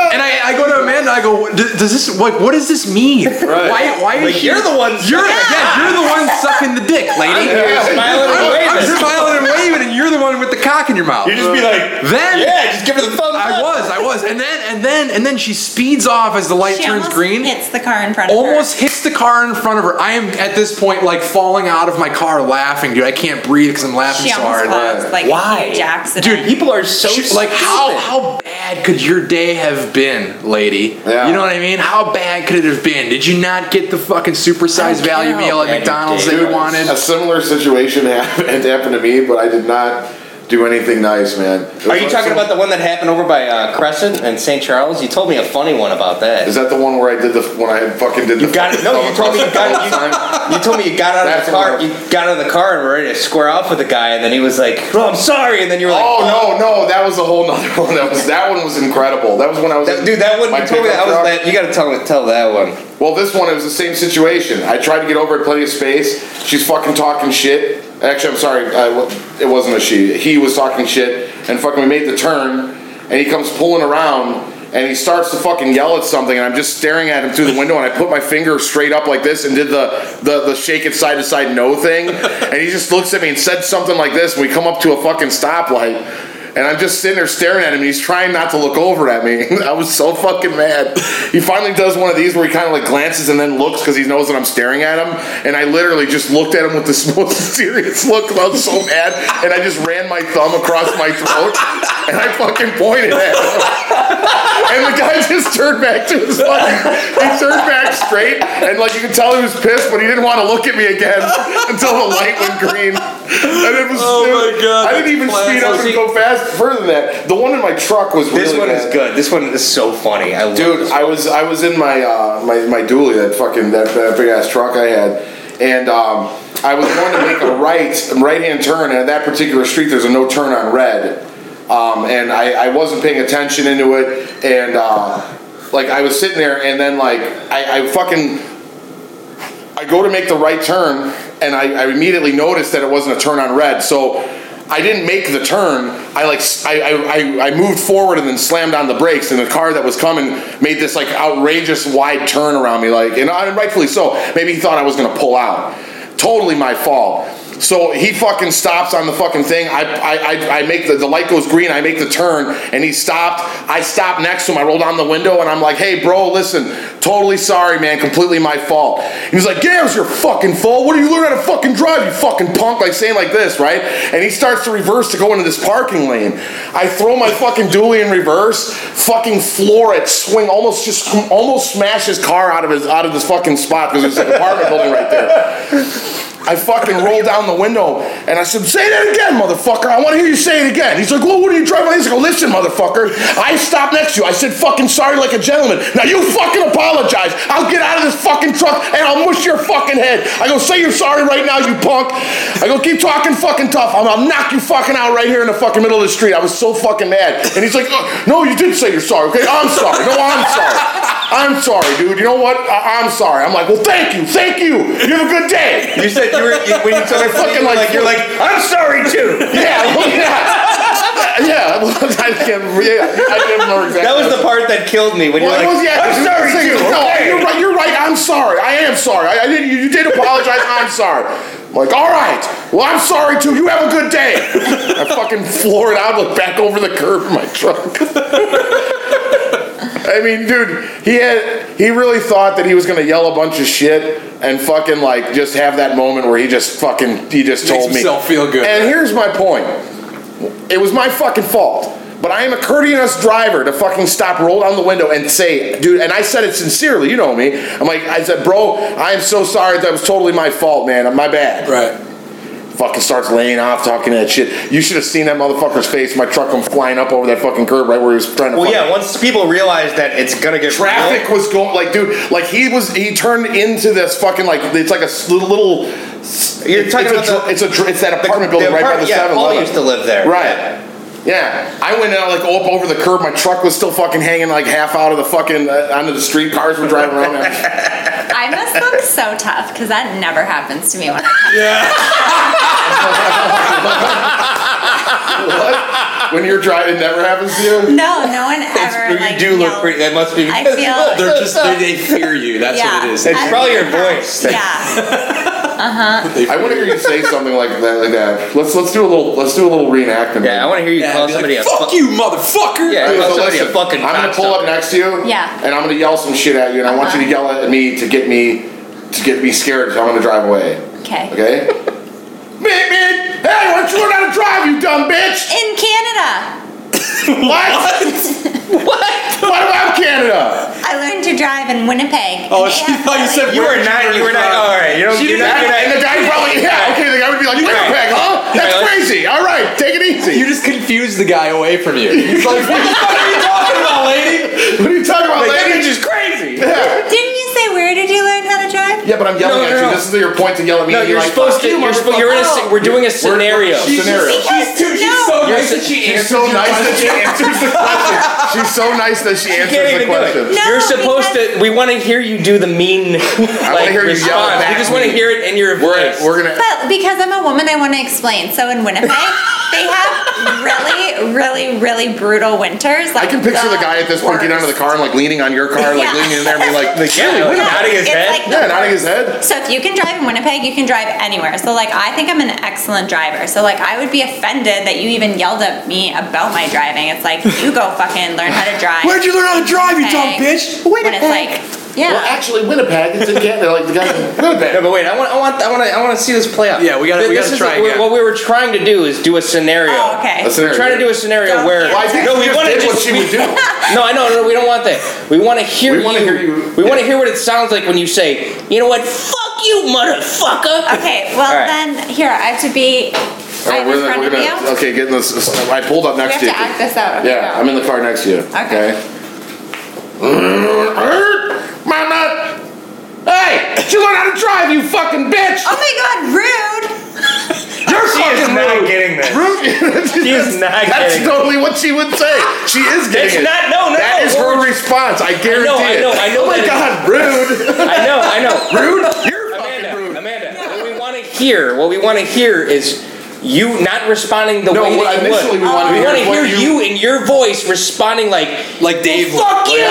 F: And I, I go to Amanda. I go, "D- does this like what does this mean? Why why is
D: Like,
F: she-
D: you're the ones-
F: You're yeah, you're the one sucking the dick, lady.
D: Smiling and
F: I'm, I'm
D: waving.
F: smiling and waving, and you're the one with the cock in your mouth.
D: You just be like,
F: Then-
D: yeah, just give her the thumbs
F: I
D: up.
F: was, I was, and then and then and then she speeds off as the light
E: She
F: turns
E: almost
F: green
E: Hits the car in front of
F: almost hits the car in front of her. I am at this point like falling out of my car laughing, dude. I can't breathe because I'm
E: her.
F: laughing
E: She
F: so
E: almost
F: hard.
E: caused like oh,
D: Why?
E: a huge accident.
F: Dude,
D: People are so
F: She- like how how bad could your day have been, lady?
C: Yeah.
F: You know what I mean? How bad could it have been? Did you not get the fucking supersized
D: I don't
F: value
D: care how
F: meal at
D: bad your
F: McDonald's
D: day
F: that you
D: was.
F: wanted?
C: A similar situation happened, happened to me, but I did not do anything nice, man. It was
D: Are you
C: like
D: talking
C: some-
D: about the one that happened over by uh, Crescent and St. Charles? You told me a funny one about that.
C: Is that the one where I did the when I fucking did
D: You
C: the?
D: got it. No, you told me you got it. You, you told me you got out of
C: That's
D: the
C: the
D: car.
C: one.
D: You got out of the car and were ready to square off with the guy, and then he was like, "Oh, I'm sorry," and then you were like,
C: Oh no, no, that was a whole nother one. That was that one was incredible. That was when I was
D: That-
C: in
D: dude, that one
C: my
D: you told me
C: pickup
D: that was
C: truck.
D: that. You got to tell me- tell that one.
C: Well, this one it was the same situation. I tried to get over at Plenty of Space. She's fucking talking shit. Actually, I'm sorry, I, it wasn't a she. He was talking shit, and fucking we made the turn, and he comes pulling around, and he starts to fucking yell at something, and I'm just staring at him through the window, and I put my finger straight up like this and did the the, the shake it side to side no thing, and he just looks at me and said something like this. And we come up to a fucking stoplight. And I'm just sitting there staring at him, and he's trying not to look over at me. I was so fucking mad. He finally does one of these where he kind of like glances and then looks because he knows that I'm staring at him. And I literally just looked at him with this most serious look 'cause I was so mad. And I just ran my thumb across my throat and I fucking pointed at him. And the guy just turned back to his fucking. He turned back straight, and like you could tell he was pissed, but he didn't want to look at me again until the light went green. And it was.
F: Oh my God,
C: I didn't even
F: that's
C: speed up
F: classic.
C: and go fast further than that. The one in my truck was
D: This
C: really
D: one
C: bad.
D: is good. This one is so funny. I love
C: Dude,
D: This.
C: I was I was in my uh, my my dually that fucking that, that big ass truck I had, and um, I was going to make a right right hand turn, and at that particular street there's a no turn on red, um, and I, I wasn't paying attention into it, and uh, like I was sitting there, and then like I, I fucking I go to make the right turn, and I, I immediately noticed that it wasn't a turn on red. So I didn't make the turn. I like s- I, I- I- I moved forward and then slammed on the brakes, and the car that was coming made this like outrageous wide turn around me, like and, I, rightfully so. Maybe he thought I was gonna pull out. Totally my fault. So he fucking stops on the fucking thing. I, I, I, I make the, the light goes green. I make the turn and he stopped. I stopped next to him. I roll down the window and I'm like, hey, bro, listen, totally sorry, man. Completely my fault. He was like, yeah, it was your fucking fault. What are you learning how to fucking drive, you fucking punk? Like saying like this, right? And he starts to reverse to go into this parking lane. I throw my fucking dually in reverse, fucking floor it, swing, almost just almost smash his car out of his out of this fucking spot because there's an apartment building right there. I fucking rolled down the window and I said, Say that again, motherfucker. I want to hear you say it again. He's like, Well, what are you driving? I go, Listen, motherfucker. I stopped next to you. I said, Fucking sorry like a gentleman. Now you fucking apologize. I'll get out of this fucking truck and I'll mush your fucking head. I go, Say you're sorry right now, you punk. I go, Keep talking fucking tough. I'm, I'll knock you fucking out right here in the fucking middle of the street. I was so fucking mad. And he's like, "Uh, No, you did say you're sorry. Okay, I'm sorry. No, I'm sorry. I'm sorry, dude. You know what? I- I'm sorry. I'm like, Well, thank you. Thank you. You have a good day.
H: You said you were you, when you took it fucking like, you're like I'm sorry too.
C: Yeah, well, yeah. yeah, well, I can't, yeah, I can't remember exactly.
D: That was the part that killed me when
C: Well, it
D: you're like,
C: was, yeah,
D: I'm
C: it was
D: sorry
C: the
D: too.
C: thing. No,
D: okay."
C: you're right. You're right. I'm sorry. I am sorry. I, I did. You, you did apologize. I'm sorry. I'm like, all right. Well, I'm sorry too. You have a good day. I fucking floored out, look back over the curb of my truck. I mean, dude, he had he really thought that he was gonna yell a bunch of shit and fucking like just have that moment where he just fucking he just
F: Makes
C: told me
F: himself feel good.
C: And here's my point. It was my fucking fault. But I am a courteous driver to fucking stop, roll down the window, and say, dude, and I said it sincerely, you know me. I'm like, I said, bro, I'm so sorry. That was totally my fault, man. My bad.
F: Right.
C: Fucking starts laying off, talking that shit. You should have seen that motherfucker's face. My truck come flying up over that fucking curb right where he was trying to
D: Well,
C: fucking
D: yeah. Once people realize that it's gonna get
C: traffic was going like dude like he was he turned into this fucking like it's like a s- little, little
D: You're
C: it's,
D: talking
C: it's a
D: about
C: dr-
D: the-
C: it's a dr- it's that apartment
D: the
C: building right by
D: apartment-
C: the
D: yeah,
C: 7
D: Paul used to live there.
C: right yeah I went out like up over the curb my truck was still fucking hanging like half out of the fucking uh, onto the street cars were driving around
E: I must look so tough because that never happens to me when I
C: what? when you're driving it never happens to you
E: No, no one ever.
D: You
E: like,
D: do look
E: yelled-
D: pretty. That must be.
E: I feel.
F: They're just they, they fear you. That's
E: yeah.
F: what it is.
D: It's
E: I-
D: probably your voice.
E: Yeah.
F: They fear
C: I want to
F: you.
C: hear you say something like that like that let's let's do a little let's do a little reenactment
D: Yeah, I want to hear you
F: Yeah, I'd
D: call
F: be
D: somebody
F: like,
D: a
F: Fuck
D: fu-
F: you, motherfucker.
D: Yeah,
C: Dude,
D: call
C: so
D: somebody
C: listen,
D: a fucking.
C: I'm gonna pull up next to you.
E: Yeah.
C: And I'm gonna yell some shit at you, and I want you to yell at me to get me to get me scared. So I'm gonna drive away.
E: Okay.
C: Okay. Meet me. Hey, why don't you learn how to drive, you dumb bitch?
E: In Canada,
C: What?
E: what?
C: what about Canada?
E: I learned to drive in Winnipeg.
F: Oh,
E: and they
F: she
E: have
F: thought you
E: really-
F: said
D: You are not. You are not. All right. You don't. You're not.
C: And,
D: You're not.
C: the guy probably yeah. Okay, the guy would be like, Winnipeg, huh? That's
D: Yeah.
C: crazy. All right, take it easy.
F: You just confused the guy away from you. He's like, what the fuck are you talking about, lady?
C: what are you talking about,
D: That
C: lady?
D: bitch is crazy.
C: Yeah.
E: Didn't you say where did you learn how to drive?
C: Yeah, but I'm yelling
D: No, no,
C: at you.
D: no.
C: This is your point to yell at me.
D: No,
C: and
D: you're
C: like,
D: supposed
C: "Fuck
D: to.
C: you,
D: You're supposed. You're in a.
E: motherfucker."
D: sce- We're doing a scenario.
C: scenario.
E: Because
F: Dude, she's
E: no,
F: so nice that she
C: She's
F: answered
C: so
F: your
C: nice that
F: question.
C: she answers the question. She's so nice that she
D: You can't
C: answers the
D: even do it.
C: question.
E: No,
D: You're supposed to. We want to hear you do the mean like
C: hear you yell
D: response.
C: back
D: We just want to
C: mean.
D: hear it in your
C: We're,
D: voice.
C: we're gonna.
E: but because I'm a woman, I want to explain. So in Winnipeg, they have really, really, really brutal winters.
C: I
E: Like
C: can picture the guy at this point getting out of the car and like leaning on your car, like
E: Yeah.
C: leaning in there and be like, like
D: Yeah,
C: yeah,
D: like,
C: yeah,
D: nodding his
E: it's
D: head.
E: like the
C: nodding his head.
E: So if you can drive in Winnipeg, you can drive anywhere. So like I think I'm an excellent driver. So like I would be offended that you even yelled at me about my driving. It's like you go fucking learn how to drive.
F: Where'd you learn how to drive, you dumb
E: Winnipeg.
F: bitch?
E: When it's like yeah.
C: Well, actually, Winnipeg. It's in Canada. Like the guy,
D: No,
C: Winnipeg.
D: but wait, I want, I want, I want to, I want to see this play out.
F: Yeah, we gotta-
D: Th-
F: we
D: this
F: gotta
D: is
F: try
D: what-
F: again.
D: What we were trying to do is do a scenario.
E: oh, okay.
C: That's it.
D: We're trying to do a scenario
E: Don't
D: where.
E: do Well, I think
D: no,
C: she
D: we
C: just
D: want to
C: did
D: just
C: what she would do.
D: No, I know, no, we don't want that. We want to hear
C: We wanna
D: you.
C: hear you-
D: We want to hear what it sounds like when you say, you know what, fuck you, motherfucker.
E: Okay, well
D: All right.
E: then here I have to be
C: All right,
E: I'm in front of you.
C: gonna. Okay, getting this. this- I pulled up
E: we
C: next
E: have
C: to
E: to
C: you.
E: act this out. Okay,
C: Yeah,
E: go.
C: I'm in the car next to you.
E: Okay.
C: Okay. Mama. Hey, did you learn how to drive, you fucking bitch.
E: Oh my god, rude!
C: You're
D: She is
C: fucking
D: not
C: rude.
D: getting this.
I: it.
C: Rude.
D: She's not
C: That's
D: getting it.
C: totally what she would say. She is
D: That's
C: getting it.
D: not- no, no,
C: That
D: no.
C: is her response. I guarantee
D: I
C: it.
D: know, I know
C: Oh my
D: that it-
C: God, rude.
D: I know, I know.
C: rude. You're
D: Amanda,
C: fucking rude.
D: Amanda, what we want to hear, what we want to hear is you not responding the
F: No,
D: way
F: what
D: that you
F: initially
D: would.
F: we wanted to
D: we
F: hear
D: want to
F: is what
D: hear
F: you-
D: you in your voice responding like,
F: Like Dave would.
D: fuck you.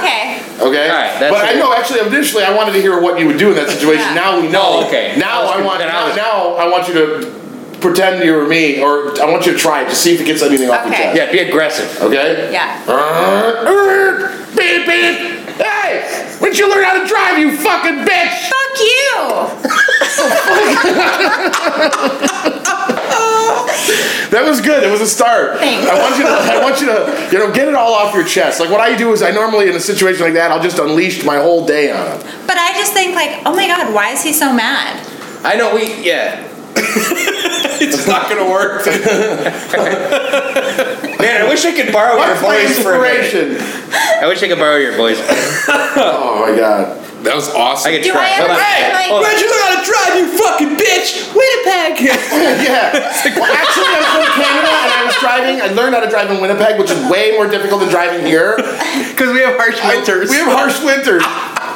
E: Okay.
C: Okay.
D: All right, that's
C: but I
D: it.
C: know actually initially I wanted to hear what you would do in that situation.
E: Yeah.
C: Now we know.
D: Oh, okay.
C: Now
D: That was
C: I
D: good.
C: want
D: Then I
C: now,
D: was-
C: now I want you to pretend you were me or I want you to try it to see if it gets anything off your
E: Okay.
C: chest.
D: Yeah, be aggressive.
C: Okay?
E: Yeah.
C: Uh, beep beep. Hey! When'd you learn how to drive, you fucking bitch?
E: Fuck you.
C: That was good. It was a start.
E: Thanks.
C: I want you to, I want you to, you know, get it all off your chest. Like what I do is, I normally in a situation like that, I'll just unleash my whole day on them.
E: But I just think like, oh my god, why is he so mad?
D: I know we, yeah.
F: It's not gonna work.
D: Man, I wish I could borrow your
C: What's my
D: voice for a minute.
C: inspiration?
D: I wish I could borrow your voice.
C: Oh my god.
F: That was awesome.
D: I could
E: Do
D: try.
E: I
D: Hold
E: ever
D: on.
E: say, like-
D: Hold on.
F: Where'd you learn how to drive, you fucking bitch? Winnipeg.
C: Yeah. Well, actually, I was from Canada and I was driving. I learned how to drive in Winnipeg, which is way more difficult than driving here.
F: Because we have harsh
C: I-
F: winters.
C: we have harsh winters.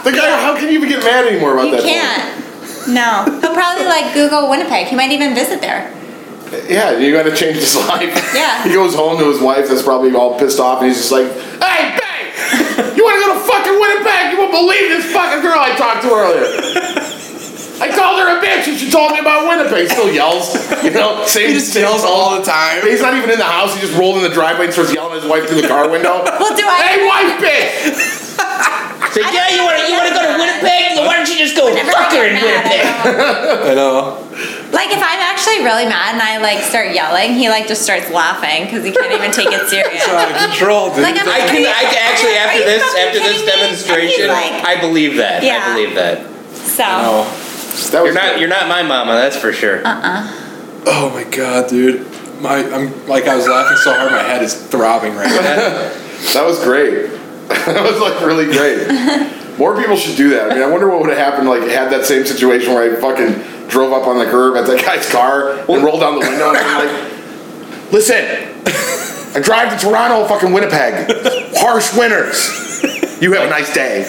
C: The guy, how can you even get mad anymore about
E: You
C: that?
E: can't. No. He'll probably like Google Winnipeg. He might even visit there.
C: Yeah, you got to change his life.
E: Yeah.
C: He goes home to his wife that's probably all pissed off, and he's just like, "Hey, babe, you want to go to fucking Winnipeg? You won't believe this fucking girl I talked to earlier. I called her a bitch, and she told me about Winnipeg. Still yells, you know. Same
F: he just
C: same
F: yells
C: tone.
F: all the time.
C: He's not even in the house. He just rolled in the driveway and starts yelling at his wife through the car window.
E: Well, do I-
C: Hey, wife, bitch!
D: Say, yeah, you want to you want to go to Winnipeg? Then Why don't you just go
E: Whenever
D: fuck
E: I
D: her
E: get
D: in
E: mad, I
D: Winnipeg?
E: don't-
F: I know.
E: Like if I'm actually really mad and I like start yelling, he like just starts laughing because he can't even take it serious.
F: It's out of control, dude.
E: Like I'm
D: I can. I can actually
E: Are
D: after
E: you
D: this
E: fucking
D: after this
E: kidding me? And he's
D: demonstration,
E: like-
D: I believe that. I
E: Yeah.
D: believe that.
E: so
F: oh.
C: That
D: You're not. You're not my mama. That's for sure.
F: oh my god, dude. My, I'm like I was laughing so hard, my head is throbbing right now.
C: That was great. that was like really great. More people should do that. I mean, I wonder what would have happened like had that same situation where I fucking drove up on the curb at that guy's car and rolled down the window and I'm like, listen, I drive to Toronto, fucking Winnipeg, harsh winters. You have a nice day.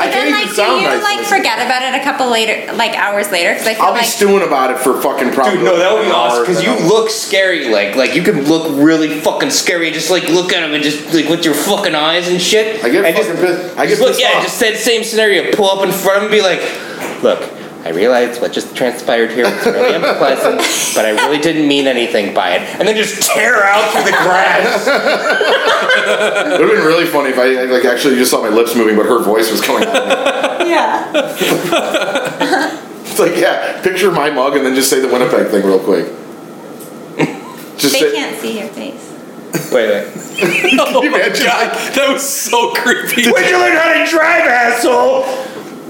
C: I can't
E: then
C: even
E: like do
C: sound
E: you
C: nice.
E: like forget about it a couple later, like hours later? Because I feel
C: I'll be
E: like
C: stewing about it for fucking probably.
D: Dude, no, that would be
C: an hour
D: awesome because
C: and
D: you
C: then I'll-
D: look scary. Like, like you can look really fucking scary. Just like look at him and just like with your fucking eyes and shit.
C: I get
D: and
C: fucking
D: just,
C: pissed. I get
D: just look,
C: pissed
D: yeah,
C: off.
D: just that same scenario. Pull up in front of him and be like, "Look, I realize what just transpired here was really unpleasant, but I really didn't mean anything by it." And then just tear out through the grass.
C: It would have been really funny if I like actually just saw my lips moving, but her voice was coming out.
E: yeah,
C: It's like, yeah, picture my mug and then just say the Winnipeg thing real quick. Just
E: they
C: say,
E: can't see your face.
D: wait, wait.
C: Can you imagine?
F: God, that was so creepy.
D: Where'd you learn how to drive, asshole?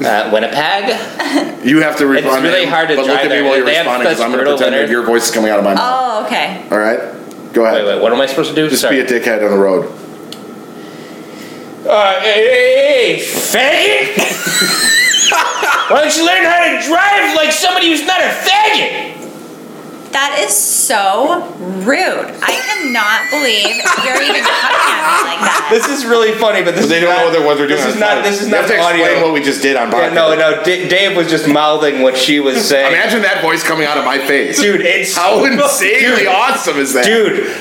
D: Uh, Winnipeg.
C: You have to respond.
D: really
C: him,
D: hard to
C: but look
D: drive
C: at me
D: there.
C: while you're
D: They have
C: responding because
D: such
C: I'm going to
D: brutal
C: pretend that
D: winter.
C: your voice is coming out of my mouth.
E: Oh, okay.
C: All right, go ahead.
D: Wait, wait. What am I supposed to do?
C: Just
D: Sorry.
C: be a dickhead on the road.
D: Uh, hey, hey, hey, faggot! Why don't you learn how to drive like somebody who's not a faggot?
E: That is so rude. I cannot believe you're even coming at me like that.
D: This is really funny, but this
C: They
D: is
C: don't
D: not,
C: know what they're, what they're doing.
D: This is
C: It's
D: not.
C: like-
D: This is
C: you
D: not
C: have to
D: audio.
C: explain what we just did on
D: yeah,
C: podcast.
D: no, no. D- Dave was just mouthing what she was saying.
C: Imagine that voice coming out of my face.
D: dude, it's
C: How insanely
D: Dude.
C: awesome is that?
D: dude.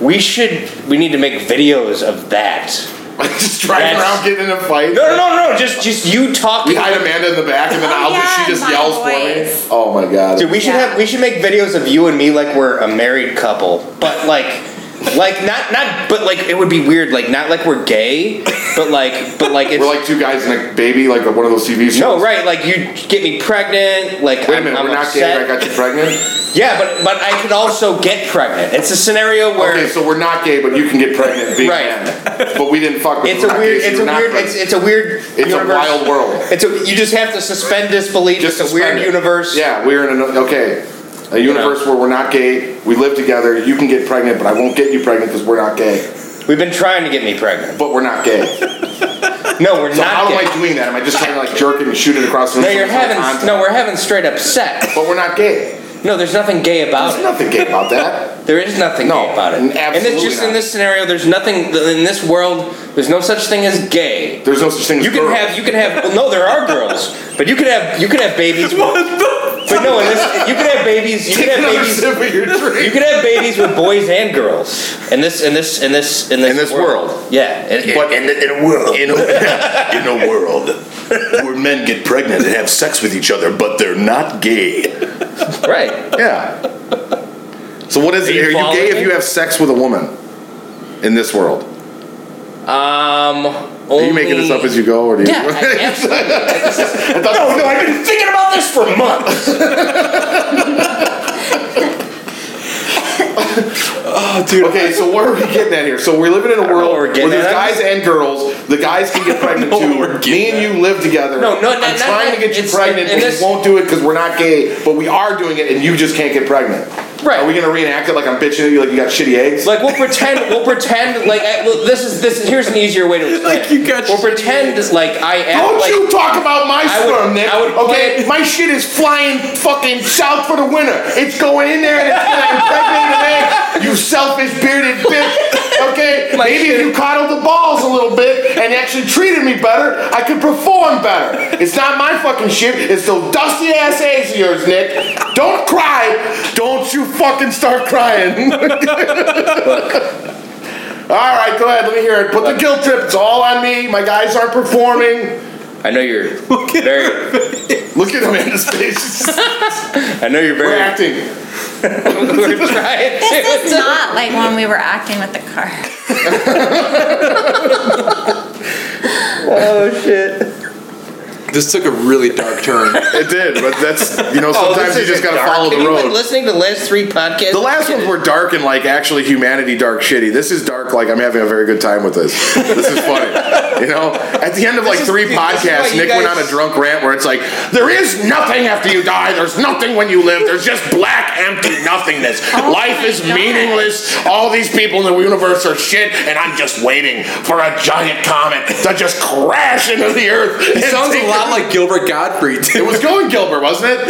D: We should. We need to make videos of that.
C: Like just driving
D: That's-
C: around getting in a fight.
D: No, no, no, no. Just, just you
C: We
D: talking.
C: hide Amanda in the back, and then
E: Oh,
C: I'll
E: yeah,
C: she just
E: my
C: yells
E: voice.
C: for me. Oh my god!
D: Dude, we should
E: Yeah.
D: have we should make videos of you and me like we're a married couple, but like, like not not but like it would be weird, like not like we're gay, but like but like it's
C: We're like two guys and a baby, like one of those TV shows.
D: no right, like you get me pregnant, like
C: Wait a
D: I'm,
C: minute,
D: I'm
C: we're not gay.
D: upset.
C: but I got you pregnant.
D: yeah, but but I could also get pregnant. It's a scenario where
C: Okay, so we're not gay, but you can get pregnant. Being
D: Right.
C: man. But we didn't fuck. With
D: it's a weird, it's a weird, it's,
C: It's,
D: it's a weird,
C: it's a
D: universe.
C: wild world.
D: It's a you just have to suspend disbelief.
C: Just
D: it's a weird
C: suspend it.
D: universe.
C: Yeah, we're in an okay, a universe where we're not gay. We live together. You can get pregnant, but I won't get you pregnant because we're not gay.
D: we've been trying to get me pregnant.
C: But we're not gay.
D: No, we're
C: So
D: not.
C: how
D: gay.
C: am I doing that? Am I just trying to like jerk it and shoot it across the
D: no,
C: room?
D: you're
C: so it's
D: having
C: contact?
D: no, we're having straight up sex.
C: But we're not gay.
D: No, there's nothing gay about
J: There's
D: it.
J: nothing gay about that.
D: There is nothing
J: No,
D: gay about it.
J: n-
D: and it's
J: absolutely
D: just in
J: not.
D: this scenario, there's nothing in this world. There's no such thing as gay.
J: There's no such thing as
D: You can
J: girls.
D: have, you can have. Well, no, there are girls, but you can have, you can have babies. What But no, in this, you can have babies. You can have
J: Another
D: babies.
J: sip of your drink.
D: You can have babies with boys and girls. In this, in this, in this, in this,
C: In this world.
D: Yeah. And-
C: But-
K: in, in a world, in a, in a world where men get pregnant and have sex with each other, but they're not gay.
D: right.
C: Yeah. So what is
D: Are
C: it?
D: you
C: Are you
D: following
C: gay if
D: me?
C: you have sex with a woman in this world?
D: Um.
C: Are you making this up as you go, or do you?
D: Yeah, I- absolutely. no, no, I've been thinking about this for months. Oh,
C: Okay, so what are we getting at here? So we're living in a
D: know
C: world
D: what we're
C: where
D: getting
C: there's
D: at. I'm
C: guys and girls. The guys can get pregnant too. Me and you live together.
D: No, no,
C: I'm
D: not- not-
C: trying to get you
D: it's-
C: pregnant,
D: in
C: and
D: this-
C: you won't do it because we're not gay, but we are doing it, and you just can't get pregnant.
D: Right.
C: Are we gonna reenact it like I'm bitching at you, like you got shitty eggs?
D: Like we'll pretend, we'll pretend like I, well, this is this is here's an easier way to explain.
F: Like you got
D: We'll pretend like I act
C: Don't
D: like
C: you talk about my
D: I would-
C: sperm, Nick.
D: I would
C: okay,
D: play-
C: my shit is flying fucking south for the winter. It's going in there and it's gonna impregnate a man. You selfish bearded bitch. Okay, maybe if you coddled the balls a little bit and actually treated me better, I could perform better. It's not my fucking shit. It's those dusty ass eggs of yours, Nick. Don't cry. Don't you fucking start crying. All right, go ahead. Let me hear it. Put the guilt trip. It's all on me. My guys aren't performing.
D: I know you're very.
C: Look at Amanda's face.
D: I know you're
C: We're
D: very.
C: acting.
D: We're trying.
E: This is not like when we were acting with the car.
D: Oh shit.
F: This took a really dark turn.
C: It did, but that's you know
D: Oh,
C: sometimes
D: this
C: you just
D: isn't
C: gotta
D: dark.
C: follow
D: Have
C: the
D: you been
C: road.
D: listening to the last three podcasts.
C: The last ones were dark and like actually humanity dark shitty. This is dark like I'm having a very good time with this. This is funny. you know, at the end of like
D: is-
C: three
D: this is why
C: podcasts,
D: you
C: Nick went on
D: guys-
C: a drunk rant where it's like, there is nothing after you die. There's nothing when you live. There's just black, empty nothingness. Life
E: Oh my
C: is
E: God.
C: meaningless. All these people in the universe are shit, and I'm just waiting for a giant comet to just crash into the earth.
F: He sounds a lot like Gilbert Gottfried.
C: It was going Gilbert, wasn't it?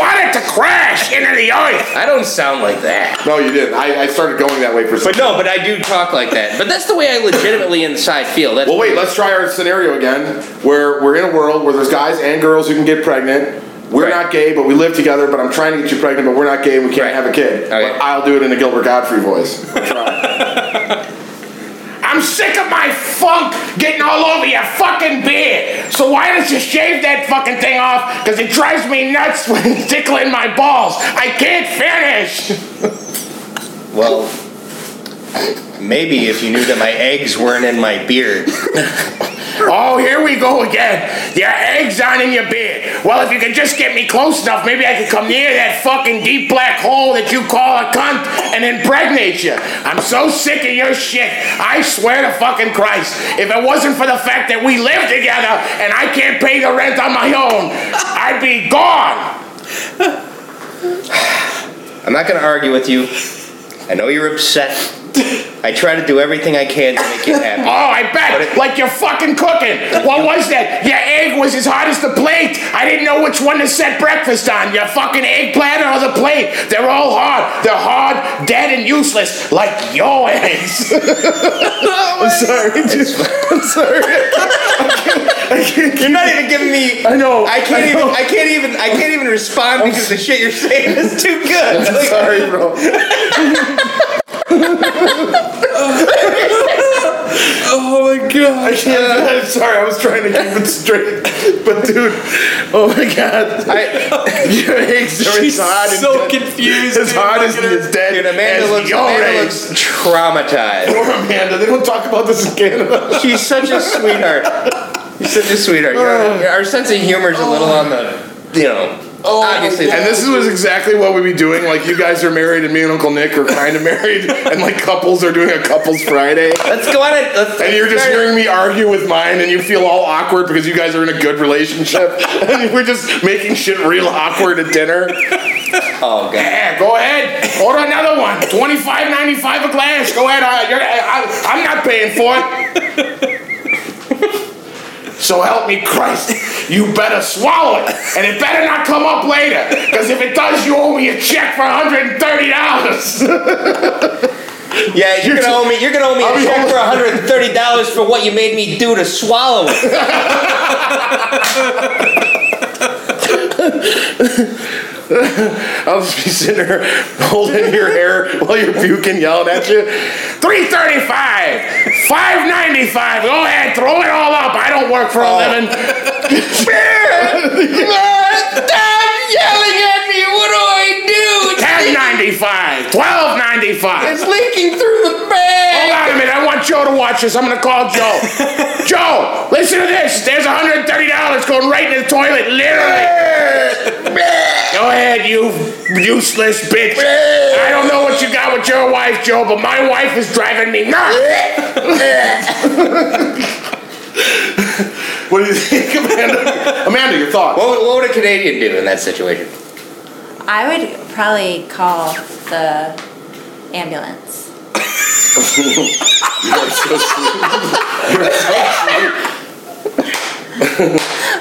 C: I want it to crash into the earth.
D: I don't sound like that.
C: No, you didn't. I, I started going that way for.
D: But no, but I do talk like that. But that's the way I legitimately inside feel. That's
C: Well, wait. Let's try our scenario again, where we're in a world where there's guys and girls who can get pregnant. We're
D: Right.
C: not gay, but we live together. But I'm trying to get you pregnant, but we're not gay. and We can't
D: Right.
C: have a kid.
D: Okay.
C: But I'll do it in a Gilbert Godfrey voice. I'll try. I'm sick of my funk getting all over your fucking beard. So why don't you shave that fucking thing off? Because it drives me nuts when it's tickling my balls. I can't finish.
D: Well, maybe if you knew that my eggs weren't in my beard.
C: Oh, here we go again. Your eggs aren't in your beard. Well, if you could just get me close enough, maybe I could come near that fucking deep black hole that you call a cunt and impregnate you. I'm so sick of your shit. I swear to fucking Christ, if it wasn't for the fact that we live together and I can't pay the rent on my own, I'd be gone.
D: I'm not going to argue with you. I know you're upset. I try to do everything I can to make you
C: Oh,
D: happy.
C: I bet.
D: But it-
C: like you're fucking cooking. What was that? Your egg was as hot as the plate. I didn't know which one to set breakfast on. Your fucking egg platter or the plate. They're all hard. They're hard, dead, and useless, like your eggs. I'm sorry. Dude. I'm sorry.
D: You're not even giving me.
C: I know.
D: I can't even. I can't even. I can't even respond because the shit you're saying is too good. Like,
C: sorry, bro.
F: oh my
C: I
F: god.
C: can't. I'm sorry. I was trying to keep it straight, but dude, oh my god, I, your eggs are
F: She's
C: as hot
F: so
C: and dead.
F: confused.
C: as
F: dude. Oh
C: hard as
F: Look at her.
C: it's dead.
D: dude, Amanda
C: as
D: looks.
C: your
D: Amanda
C: eggs.
D: looks traumatized.
C: Poor Amanda. They don't talk about this in Canada.
D: She's such a sweetheart. She's such a sweetheart. Your- Our sense of humor is a little on the. You know.
F: Oh,
D: obviously.
C: And this was exactly what we'd be doing. Like you guys are married, and me and Uncle Nick are kind of married, and like couples are doing a couples Friday.
D: Let's go on it. Let's,
C: And you're just
D: start-
C: hearing me argue with mine, and you feel all awkward because you guys are in a good relationship, and we're just making shit real awkward at dinner.
D: Oh god.
C: Yeah, go ahead, order another one. Twenty five ninety five a glass. Go ahead, I, you're, I, I'm not paying for it. So help me Christ.
L: you better swallow it. And it better not come up later. Because if it does, you owe me a check for $130.
D: Yeah, you're, gonna owe me. You're gonna owe me a check for 130 dollars for what you made me do to swallow it.
C: I'll just be sitting there holding your hair while you're puking, yelling at you.
L: 335 595 Go ahead, throw it all up. I don't work for a living.
D: Yelling at me! What do I do?
L: 1095 1295
D: It's leaking through the bag.
L: Hold on a minute. I want Joe to watch this. I'm going to call Joe. Joe, listen to this. There's $130 going right into the toilet, literally. Go ahead, you useless bitch. I don't know what you got with your wife, Joe, but my wife is driving me nuts.
C: What do you think, Amanda? Amanda, your thoughts?
D: What, would- what would a Canadian do in that situation?
E: I would probably call the ambulance.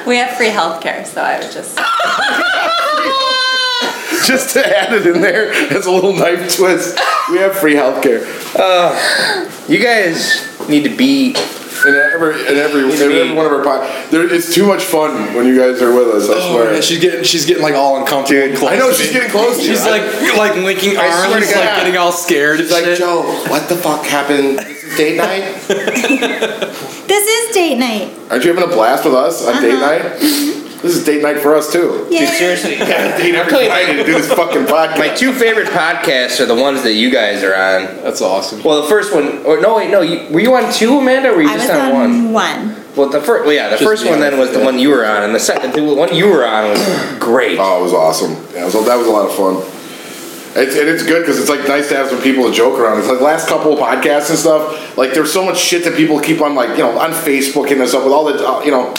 E: We have free healthcare, so I would just.
C: Just to add it in there as a little knife twist, we have free healthcare Uh,
D: You guys need to be.
C: in every in every, in every one of our pod. There, it's too much fun when you guys are with us. I
F: Oh,
C: swear.
F: yeah, she's getting she's getting like all uncomfortable. and close
C: I know
F: to
C: she's
F: me.
C: getting close to you.
F: She's
C: I-
F: like like linking
C: I swear
F: arms,
C: to
F: like
C: God.
F: getting all scared. and
M: It's like,
F: shit.
M: Joe, what the fuck happened? This is date night?
E: This is date night.
C: Aren't you having a blast with us on date night? This is date night for us too.
D: Dude, seriously.
C: Date every Friday to do this fucking
D: My
C: podcast.
D: two favorite podcasts are the ones that you guys are on.
F: That's awesome.
D: Well, the first one, or no, wait, no, you, were you on two, Amanda, or were you
E: I was
D: just on, one?
E: on one.
D: Well, the first, well, yeah, the
F: Just
D: first
F: the
D: one
F: other,
D: then was the
F: yeah.
D: one you were on, and the second, the one you were on was great.
C: Oh, it was awesome. Yeah, it was, that was a lot of fun. It's, and it's good because it's like nice to have some people to joke around. It's like last couple of podcasts and stuff. Like there's so much shit that people keep on like you know on Facebook hitting us up with all the uh, you know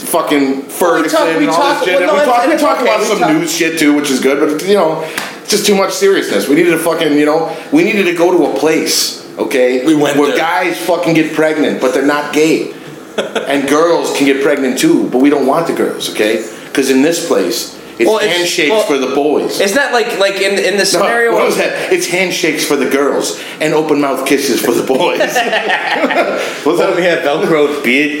C: fucking Ferguson
D: talk- we
C: and all
D: talk-
C: this shit.
D: well, no,
C: and we
D: it's-
C: talk, we
D: it's
C: talk
D: okay,
C: about
D: we
C: some
D: talk.
C: news shit too, which is good. But you know, it's just too much seriousness. We needed to fucking you know we needed to go to a place okay
F: We went
C: where
F: there.
C: guys fucking get pregnant, but they're not gay. and girls can get pregnant too, but we don't want the girls, okay? Because in this place, it's
D: Well, it's-
C: handshakes
D: well-
C: for the boys.
D: It's not like like in in the
C: No,
D: scenario.
C: what was that? It's handshakes for the girls and open mouth kisses for the boys. What's that?
D: We have Velcro beard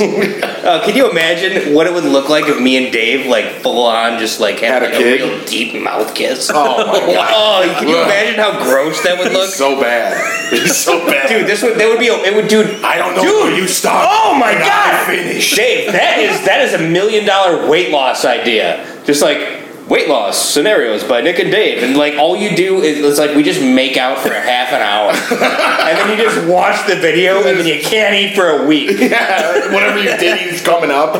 D: uh, can you imagine what it would look like if me and Dave, like full on, just like
C: Had
D: had,
C: a
D: like, a,
C: kid?
D: real deep mouth kiss?
C: Oh my god,
D: Oh, can you imagine how gross that would look?
C: so bad. It's so bad,
D: dude, this would that would be a, it would dude.
C: I don't know
D: Dude.
C: where you stop.
D: Oh my
C: and
D: god,
C: I finish.
D: Dave, that is that is a million dollar weight loss idea. Just like weight loss scenarios by Nick and Dave, and like all you do is it's like we just make out for a half an hour, and then you just watch the video, and then you can't eat for a week.
C: Yeah, whatever you did, it's coming up.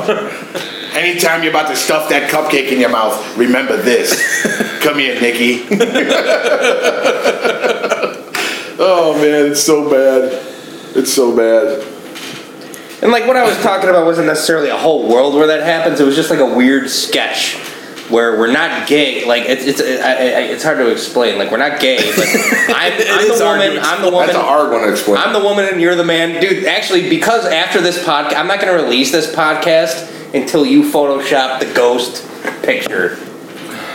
C: Anytime you're about to stuff that cupcake in your mouth, remember this. Come here, Nikki. oh man, it's so bad. It's so bad.
D: And like what I was talking about wasn't necessarily a whole world where that happens. It was just like a weird sketch where we're not gay. Like it's it's I, I, it's hard to explain. Like we're not gay, but I'm, I'm
F: is
D: the
F: hard to
D: woman. I'm the woman.
C: That's a hard one to explain.
D: I'm the woman and you're the man. Dude, actually, because after this podcast, I'm not going to release this podcast until you Photoshop the ghost picture.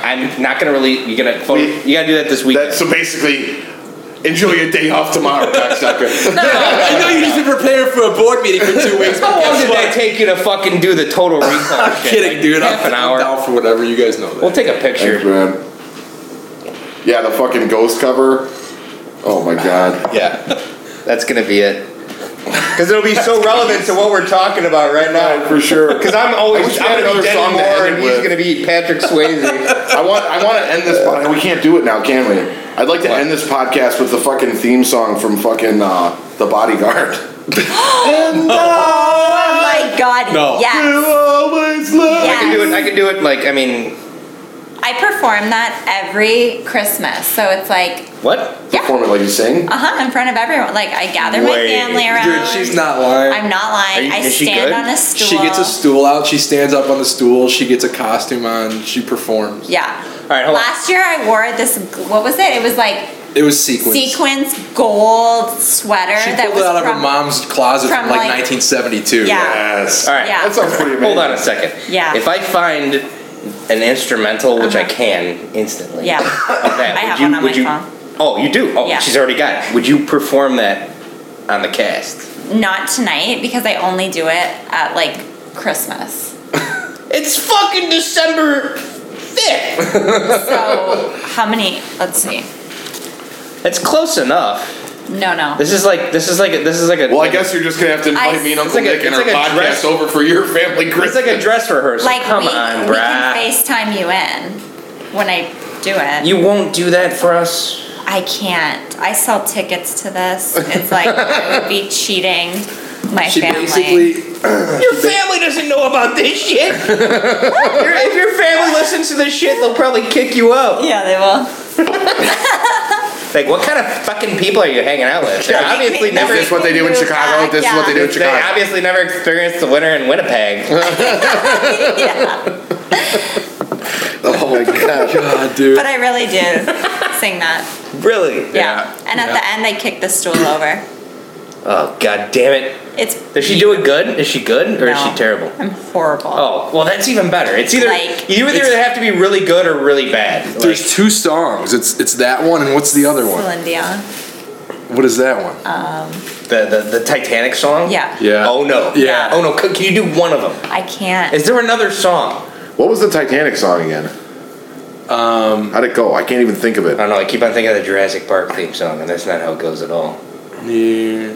D: I'm not going to release. You're going to photo.
C: We-
D: You got to do that this week.
C: That- so basically, enjoy your day off tomorrow, cocksucker.
F: I know you just been preparing for a board meeting for two weeks.
D: How long
F: but guess
D: did
F: what?
D: that take you to fucking do the total recall?
F: I'm
D: shit?
F: kidding,
D: Like,
F: dude.
D: Half an
F: I'm,
D: hour.
F: I'm down for whatever you guys know. That.
D: We'll take a
C: Thanks,
D: picture.
C: man. Yeah, the fucking ghost cover. Oh my god.
D: Yeah, that's gonna be it. Because it'll be so relevant to what we're talking about right
C: Yeah,
D: now.
C: for sure.
D: Because I'm
C: I
D: always
C: wish we
D: I'm
C: had
D: gonna be
C: another song
D: Denny
C: to
D: Moore
C: end
D: and
C: it
D: he's
C: with.
D: gonna be Patrick Swayze.
C: I want I want to end this. pod- We can't do it now, can we? I'd like to end this podcast with the fucking theme song from fucking uh, the Bodyguard.
E: Oh my god,
F: No.
E: yes.
C: Always love.
D: I can do it.
E: yes.
D: I can do it. Like I mean,
E: I perform that every Christmas. So it's like,
D: what?
E: yeah,
C: Perform it like you sing.
E: uh huh, in front of everyone. Like, I gather my
D: Wait.
E: family around.
F: Dude, she's not lying.
E: I'm not
D: Are
E: lying.
D: you-
E: I
D: is she
E: stand
D: good?
E: on a stool.
F: She gets a stool out. She stands up on the stool. She gets a costume on. She performs.
E: Yeah.
D: right, hold on.
E: Last year I wore this, what was it? It was like
F: It was sequins.
E: sequins gold sweater
F: She
E: that
F: pulled
E: was
F: it out of
E: from,
F: her mom's closet from,
E: from,
F: like,
E: like-
F: 1972.
E: Yeah.
C: Yes.
D: All right.
E: Yeah.
C: That sounds pretty amazing.
D: Hold on a second.
E: Yeah. Uh-huh.
D: If I find an instrumental, which I can instantly.
E: Yeah.
D: of that,
E: I
D: would
E: have
D: you-
E: one on
D: would
E: my
D: you-
E: phone.
D: Oh, you do? Oh,
E: Yeah.
D: she's already got it. Would you perform that on the cast?
E: Not tonight because I only do it at like Christmas.
D: It's fucking December 5th.
E: So how many? Let's see.
D: That's close enough.
E: No, no.
D: This is like this is like a, this is like a
C: Well, I guess you're just gonna have to invite
E: I-
C: me and
E: It's
C: Uncle
D: like a-
C: Nick and our
D: it's like a
C: podcast
D: dress-
C: over for your family
D: it's
C: Christmas.
D: like a dress rehearsal.
E: Like
D: Come
E: we,
D: on, bruh.
E: we can FaceTime you in when I do it.
D: you won't do that for us.
E: I can't. I sell tickets to this. It's like I would be cheating my
F: She
E: family.
F: basically
D: Your family doesn't know about this shit. Your- if your family listens to this shit, they'll probably kick you out.
E: yeah, they will.
D: Like, what kind of fucking people are you hanging out with? They're obviously
E: Is
D: never.
C: Is this what they do in Chicago? This is what they do in
D: They
C: Chicago.
D: obviously never experienced the winter in Winnipeg.
C: Oh my god.
F: God, dude.
E: But I really do sing that.
D: really?
E: Yeah. And at the end, I kick the stool over.
D: Oh god damn it!
E: It's
D: Does she do it good? Is she good or is she
E: No.
D: terrible?
E: I'm horrible.
D: Oh well, that's even better. It's either
E: Like-
D: you either have to be really good or really bad. Like,
F: There's two songs. It's it's that one and what's the other one?
E: Celine Dion.
F: What is that one?
E: Uh,
D: the, the the Titanic song.
E: Yeah.
F: yeah.
D: Oh no.
F: Yeah.
D: Oh no. Can can you do one of them?
E: I can't.
D: Is there another song?
C: What was the Titanic song again? Um, How'd it go? I can't even think of
D: I
C: it.
D: don't know. I keep on thinking of the Jurassic Park theme song, and that's not how it goes at all.
F: Yeah.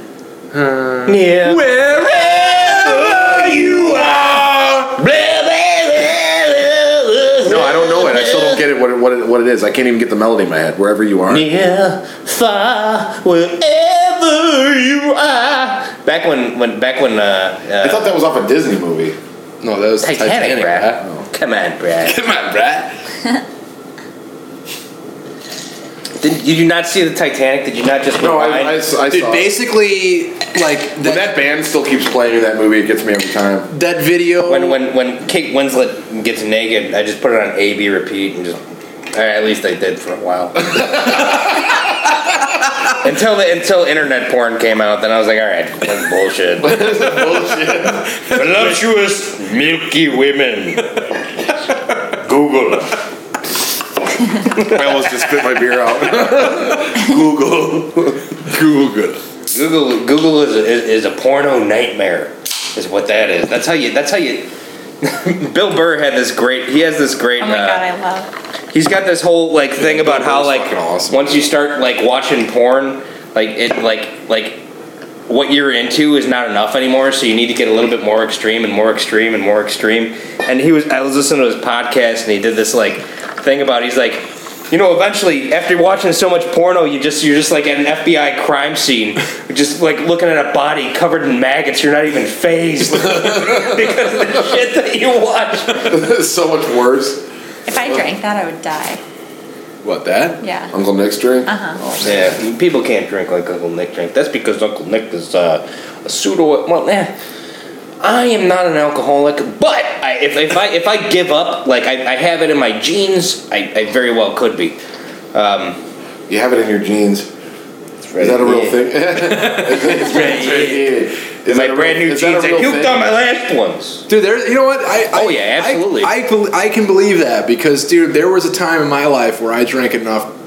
D: Yeah.
N: Wherever you are.
C: No, I don't know it. I still don't get it. What it, what it, what it is? I can't even get the melody in my head. Wherever you are.
D: Near, far, wherever you are. Back when, when, back when,
C: I
D: uh, uh
C: thought that was off a Disney movie.
F: No, that was
D: Titanic,
F: Titanic.
D: bruh. Come on, bruh.
N: Come on, Brad.
D: Did, did you not see the Titanic? Did you not just
C: No, I,
D: rewind?
C: I, I saw.
F: Dude,
C: it.
F: basically, like
C: When
F: that,
C: that band still keeps playing in that movie, it gets me every time.
F: that video.
D: when, when, when Kate Winslet gets naked, I just put it on A B repeat and just. Or at least I did for a while. until the until internet porn came out, then I was like, all right, that's bullshit.
N: Voluptuous, milky women. Google.
C: I almost just spit my beer out.
N: Google. Google.
D: Google Google is a, is, is a porno nightmare, is what that is. That's how you. That's how you. Bill Burr had this great. He has this great.
E: oh my
D: uh,
E: god, I love.
D: he's got this whole like thing about how
C: Burr's
D: like
C: fucking awesome.
D: once you start like watching porn, like it like like what you're into is not enough anymore. So you need to get a little bit more extreme and more extreme and more extreme. And he was I was listening to his podcast and he did this like thing about he's like. You know, eventually, after watching so much porno, you just you're just like at an FBI crime scene, just like looking at a body covered in maggots. You're not even phased because of the shit that you watch.
C: It's so much worse.
E: If I drank that, I would die.
F: what that?
E: Yeah.
C: Uncle Nick's drink.
D: Yeah, people can't drink like Uncle Nick drank. That's because Uncle Nick is uh, a pseudo. Well, eh, I am not an alcoholic, but I, if, if I if I give up, like I, I have it in my genes, I, I very well could be.
C: You have it in your jeans. Is that a real thing? It's right here. Is
D: My
C: that a
D: brand
C: real-
D: new
C: is
D: jeans.
C: that a
D: I
C: real
D: puked
C: thing?
D: on my last ones.
F: Dude, there. You know what? I,
D: Oh,
F: I-
D: yeah,
F: I-
D: absolutely.
F: I, bel- I can believe that because, dude, there was a time in my life where I drank enough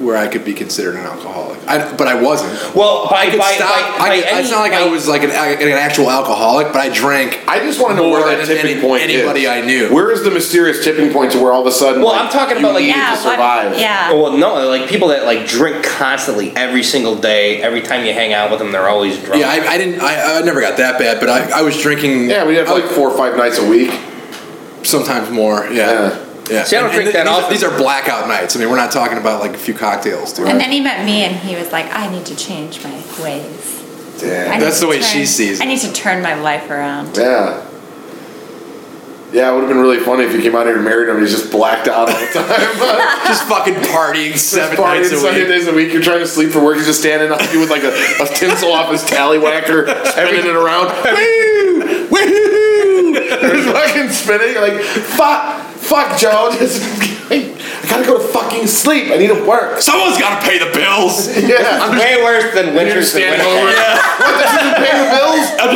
F: where I could be considered an alcoholic. I, but I wasn't.
D: Well, by
F: I could
D: by,
F: stop.
D: by,
F: I
D: by
F: could-
D: any,
F: it's not like I
D: by-
F: was like an, an actual alcoholic, but I drank.
C: I just want to know
F: More
C: where that
F: than
C: tipping
F: any-
C: point
F: anybody
C: is.
F: I knew.
C: Where is the mysterious tipping point to where all of a sudden?
D: Well,
C: like,
D: I'm talking
C: you
D: about, like-
C: need
E: Yeah.
C: to
E: what-
C: survive.
E: yeah.
D: Well, no, like people that like drink constantly every single day. Every time you hang out with them, they're always drunk.
F: Yeah, I, I didn't. I, I never got that bad, but I, I was drinking.
C: Yeah, we have like four or five nights a week.
F: sometimes more.
C: Yeah.
F: Yeah. Yeah.
D: See, I don't drink
F: th-
D: that
F: these,
D: often.
F: These are blackout nights. I mean, we're not talking about like a few cocktails, dude.
E: And then he met me, and he was like, "I need to change my ways." I
C: Damn.
E: need
F: That's
E: to
F: the way
E: turn-
F: she sees
E: I
F: it.
E: need to turn my life around.
C: Yeah. Yeah, it would have been really funny if you came out here and married him. He's just blacked out all the time.
F: Just fucking partying seven
C: Partying
F: nights a
C: Sunday
F: week.
C: days a week. You're trying to sleep for work. He's just standing up to you with like a, a tinsel off his tallywhacker, spinning it around. Woo! Woo! He's fucking spinning. You're like, fuck, fuck, Joe. Just,
G: I gotta go to fucking sleep. I need to work.
O: Someone's got to pay the bills.
G: Yeah. I'm
H: Way worse than winters. in Winnipeg.
G: just paying the bills.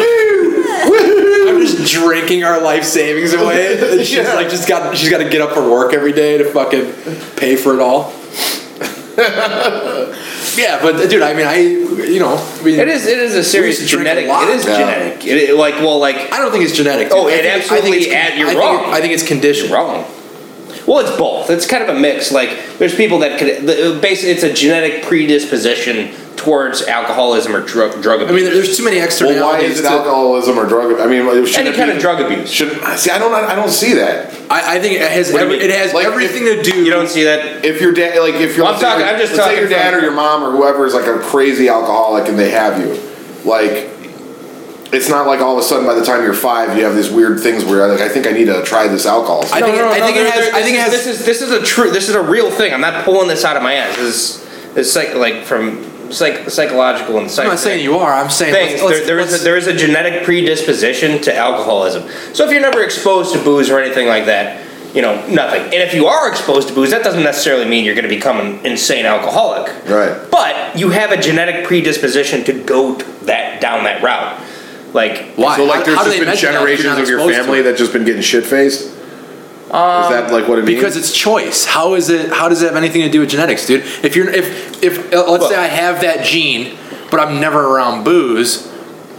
F: I'm just drinking our life savings away. And she's
G: Yeah.
F: like, just got she's got to get up for work every day to fucking pay for it all. yeah, but dude, I mean, I you know, I mean,
D: It is. It is a serious
F: used to drink a
D: genetic.
F: lot.
D: It is
F: Yeah.
D: genetic. It, it- like well, like
F: I don't think it's genetic. dude.
D: Oh,
F: I
D: it
F: think- I think
D: absolutely
F: it's con-
D: add- you're
F: I think-
D: wrong.
F: I think it's conditioned.
D: wrong. Well, it's both. It's kind of a mix. Like there's people that could. The, basically, it's a genetic predisposition towards alcoholism or drug drug
F: I
D: abuse.
F: mean, there- there's too many externalities.
G: Well, why is it
F: to- uh,
G: alcoholism or drug? I mean, should
D: any
G: it
D: kind
G: be-
D: of drug abuse.
G: Should see? I don't. I don't see that.
F: I, I think it has
D: do you
F: every,
D: mean?
F: it has
G: Like,
F: everything to do.
D: You don't see that.
G: If your dad, like, if you're,
D: Well, I'm
G: let's say
D: talking-
G: your-
D: I'm just
G: let's say your
D: talking
G: dad
D: from-
G: or your mom or whoever is like a crazy alcoholic and they have you, like, it's not like all of a sudden by the time you're five you have these weird things where like I think I need to try this alcohol.
F: I think, I think it
D: there-
F: has.
D: there-
F: I think it has.
D: This is this is a true. This is a real thing. I'm not pulling this out of my ass. This is this is like like from psych, psychological and.
F: I'm not saying you are. I'm saying
D: things.
F: let's- let's-
D: there, there is
F: let's-
D: a, there is a genetic predisposition to alcoholism. So if you're never exposed to booze or anything like that, you know nothing. And if you are exposed to booze, that doesn't necessarily mean you're going to become an insane alcoholic.
G: Right.
D: But you have a genetic predisposition to go t- that down that route. Like
F: why?
C: So like,
F: How-
C: there's
F: how
C: just
F: do they
C: been
F: measure that if you're
C: generations
F: not
C: of your
F: exposed to
C: family
F: it? Um,
C: that just been getting shit faced. is that like what it means?
F: because it's choice. How is it? How does it have anything to do with genetics, dude? If you're if if uh, let's say I have that gene, but I'm never around booze.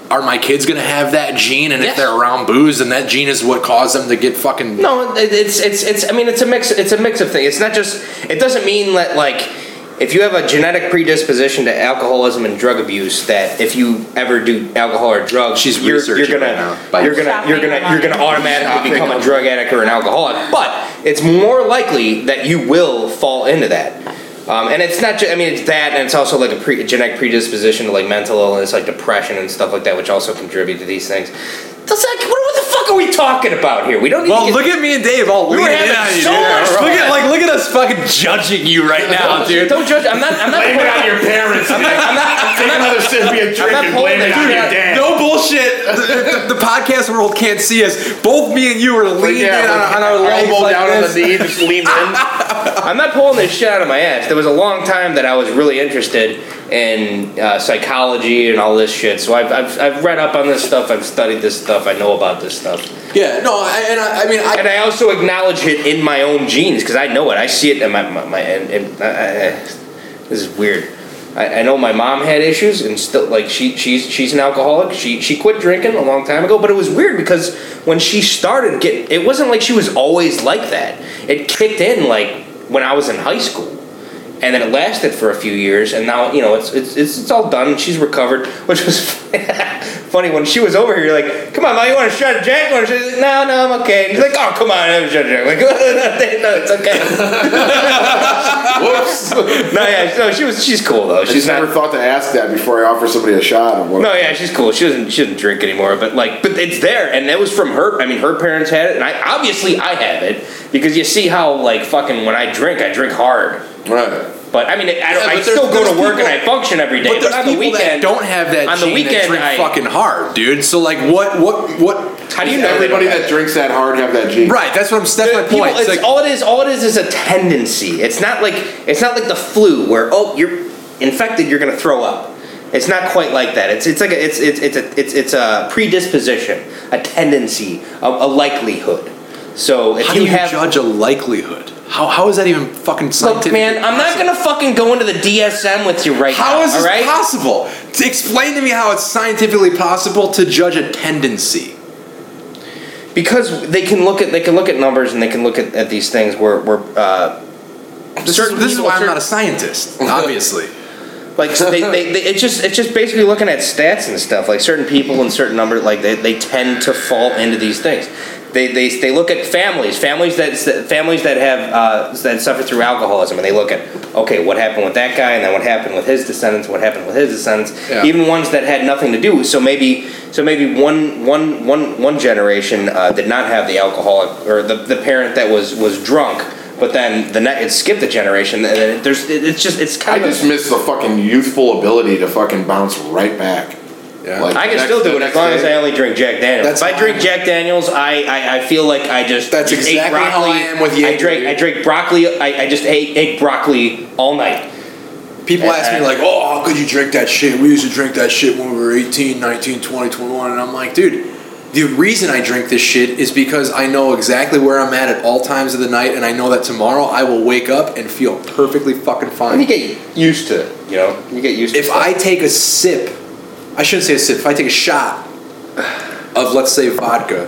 F: Are my kids gonna have that gene? And if
D: Yes.
F: they're around booze, then that gene is what caused them to get fucking.
D: No, it- it's it's it's. I mean, it's a mix. It's a mix of things. It's not just. It doesn't mean that like. If you have a genetic predisposition to alcoholism and drug abuse, that if you ever do alcohol or drugs,
F: She's
D: you're, you're
F: researching
D: gonna
F: right now. By
D: you're gonna you're gonna you're gonna automatically become a drug addict or an alcoholic. But it's more likely that you will fall into that. Um, and it's not. Ju- I mean, it's that, and it's also like a pre- genetic predisposition to like mental illness, like depression and stuff like that, which also contribute to these things. That's like, what, what the fuck are we talking about here? We don't. Need to
F: Well,
D: get
F: look at me and Dave all leaning
D: having
F: in on you.
D: so
F: dude.
D: much fun.
F: look at like look at us fucking judging you right now, dude.
D: Don't judge. I'm not. I'm not.
P: Blame it on your parents.
D: I'm not. I'm not. I'm not,
P: Another sip of drink
D: not
P: and
D: pulling
P: blame it
D: it.
P: on your
D: Dude,
P: dad.
F: No bullshit. The, the- the podcast world can't see us. Both me and you are leaning
C: yeah,
F: in on,
C: like,
F: on our legs
C: elbow
F: like
C: down on
F: this.
C: the knee, just lean in.
D: I'm not pulling this shit out of my ass. There was a long time that I was really interested in uh, psychology and all this shit. So I've, I've I've read up on this stuff. I've studied this stuff. I know about this stuff.
F: Yeah, no, I, and I, I mean, I,
D: And I also acknowledge it in my own genes because I know it. I see it in my my, my and, and I, I, I- this is weird. I, I know my mom had issues and still like she she's she's an alcoholic. She she quit drinking a long time ago, but it was weird because when she started getting, it wasn't like she was always like that. It kicked in like when I was in high school. And then it lasted for a few years, and now you know it's it's it's, it's all done. She's recovered, which was funny when she was over here. You're like, "Come on, ma, you want a shot of Jack?" And she's like, "No, no, I'm okay." And she's like, "Oh, come on, have a shot of Jack." I'm like, "No, it's okay."
G: Whoops.
D: no, yeah, no, she was she's cool though.
G: I
D: She's
G: just
D: not
G: never thought to ask that before I offer somebody a shot. Or what.
D: No, yeah, she's cool. She doesn't she doesn't drink anymore, but like, but it's there, and that was from her. I mean, her parents had it, and I obviously I have it because you see how like fucking when I drink, I drink hard.
G: Right.
D: But I mean, I, don't,
F: Yeah,
D: I
F: but
D: still
F: there's-
D: go to
F: there's
D: work and I
F: people-
D: function every day. But,
F: but there's
D: on the
F: people that
D: weekend,
F: don't have that
D: on the
F: gene that
D: weekend,
F: drink
D: I-
F: fucking hard, dude. So like, what, what, what?
D: how do you know they
G: Everybody
D: don't have
G: that drinks that hard have that gene.
F: Right, that's what I'm. That's my
D: People-
F: point. It's
D: it's
F: like,
D: all it is. All it is is a tendency. It's not like it's not like the flu where oh you're infected, you're gonna throw up. It's not quite like that. It's it's like a, it's it's it's a it's, it's a predisposition, a tendency, a, a likelihood. So if
F: how
D: you,
F: do you
D: have
F: judge a likelihood? How how is that even fucking
D: look,
F: scientific?
D: man, I'm not gonna fucking go into the DSM with you right now.
F: How is this
D: all right?
F: possible? To explain to me how it's scientifically possible to judge a tendency.
D: Because they can look at they can look at numbers and they can look at, at these things where where uh,
F: This,
D: Certain
F: is, this is
D: people-
F: why I'm
D: certain-
F: not a scientist, obviously.
D: like so they, they, they it's just it's just basically looking at stats and stuff like certain people and certain number like they, they tend to fall into these things they, they, they look at families families that families that have uh, that suffer through alcoholism and they look at okay what happened with that guy and then what happened with his descendants what happened with his descendants
F: Yeah.
D: even ones that had nothing to do so maybe so maybe one one one one generation uh, did not have the alcoholic or the, the parent that was was drunk but then the net it skipped a generation and then there's it, it's just it's
G: I
D: kind of
G: just miss the fucking youthful ability to fucking bounce right back.
F: Yeah.
C: Like,
D: I can
C: next-
D: still do
C: the
D: it as
C: next
D: long as
C: day-
D: I only drink Jack Daniels.
F: That's
D: if I
F: fine.
D: drink Jack Daniels, I, I, I feel like I just
F: That's
D: just
F: exactly how I am with
D: I
F: Jaeger,
D: drank
F: dude.
D: I drank broccoli. I, I just ate ate broccoli all night.
F: People
D: Yeah,
F: ask me
D: I-
F: like, "Oh, how could you drink that shit?" We used to drink that shit when we were 18, 19, 20, 21, and I'm like, "Dude, the reason I drink this shit is because I know exactly where I'm at at all times of the night, and I know that tomorrow I will wake up and feel perfectly fucking
D: You
F: fine."
D: get used to it. You know, you get used to.
F: If
D: stuff.
F: I take a sip, I shouldn't say a sip. If I take a shot of, let's say, vodka,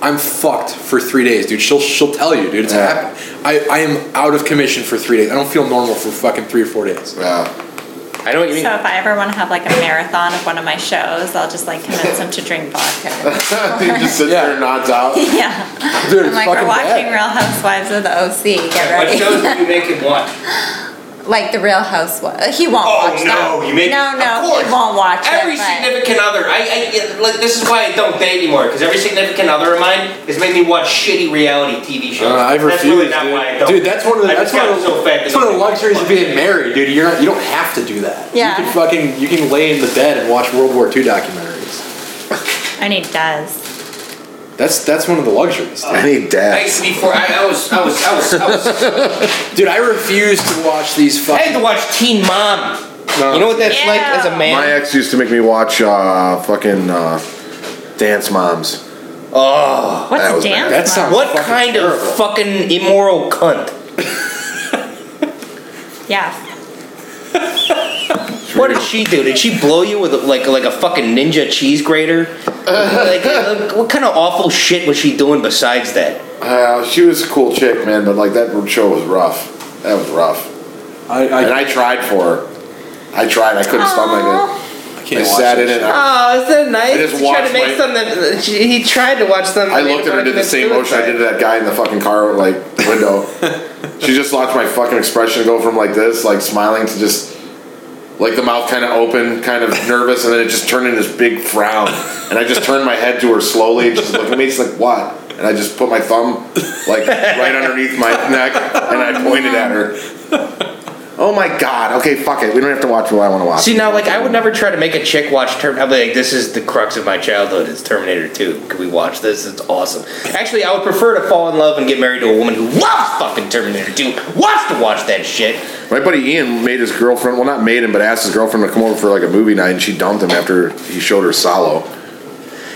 F: I'm fucked for three days, dude. She'll she'll tell you, dude. It's
C: Yeah.
F: happened. I I am out of commission for three days. I don't feel normal for fucking three or four days.
C: Yeah.
D: I know what you mean.
E: So if I ever want to have like a marathon of one of my shows, I'll just like convince them to drink vodka.
C: he just sits there and nods out.
E: yeah.
F: Dude,
E: I'm
F: it's
E: like,
F: fucking
E: we're
F: bad.
E: watching Real Housewives of the OC. Get
D: What
E: ready.
D: shows do you make him watch?
E: like the Real Housewives. He won't watch that.
D: you make
E: no, no,
D: of
E: he
D: course.
E: won't watch
D: Every
E: it. but-
D: significant other, I, I it- like. This is why I don't date anymore. Because every significant other of mine has made me watch shitty reality TV shows.
F: Uh, I've
D: that's
F: refused.
D: really not
F: dude.
D: why I don't.
F: Dude, that's one of the
D: I
F: that's
D: just got
F: one of the,
D: so fat.
F: that's one of the luxuries of being married, dude. You're not, you don't have to do that.
E: Yeah.
F: You can fucking you can lay in the bed and watch World War II documentaries.
E: And he does.
F: That's that's one of the luxuries,
C: I need dad.
D: Nice before I, I was, I was, I was, I was.
F: dude. I refuse to watch these
D: I had
F: fucking.
D: to watch Teen Mom.
F: No.
D: You know what that's
E: Yeah.
D: like as a
C: My
D: man?
C: ex used to make me watch uh, fucking uh, Dance Moms.
D: oh,
E: What's
C: That was
E: a dance?
F: That sounds
D: what
F: fucking
D: kind
F: terrible.
D: of fucking immoral cunt?
E: mom? Yeah.
D: What did she do? Did she blow you with like like a fucking ninja cheese grater? like, like, what kind of awful shit was she doing besides that?
C: Uh, she was a cool chick, man, but like that show was rough. That was rough.
F: I,
C: And
F: I,
C: I tried for her. I tried. I couldn't stomach
E: Aw.
C: it.
F: I
C: I
F: can't watch
C: sat in
F: this
C: it.
F: shit.
C: I,
D: Oh, isn't that nice?
C: I just
D: She tried
C: watched
D: to make
C: my-
D: something. She, he tried to watch something.
C: I looked at her and did the same motion I did to that guy in the fucking car like window. she just watched my fucking expression go from like this, like smiling to just like the mouth kind of open, kind of nervous, and then it just turned into this big frown. And I just turned my head to her slowly, and she's looking at me. She's like, "What?" And I just put my thumb like right underneath my neck, and I pointed at her. Oh my god! Okay, fuck it. We don't have to watch what I want to watch.
D: See now, like I would never try to make a chick watch Term. I'd be like, "This is the crux of my childhood. It's Terminator 2. Can we watch this? It's awesome." Actually, I would prefer to fall in love and get married to a woman who loves fucking Terminator 2. Wants to watch that shit.
C: My buddy Ian made his girlfriend, well, not made him, but asked his girlfriend to come over for like a movie night, and she dumped him after he showed her Solo.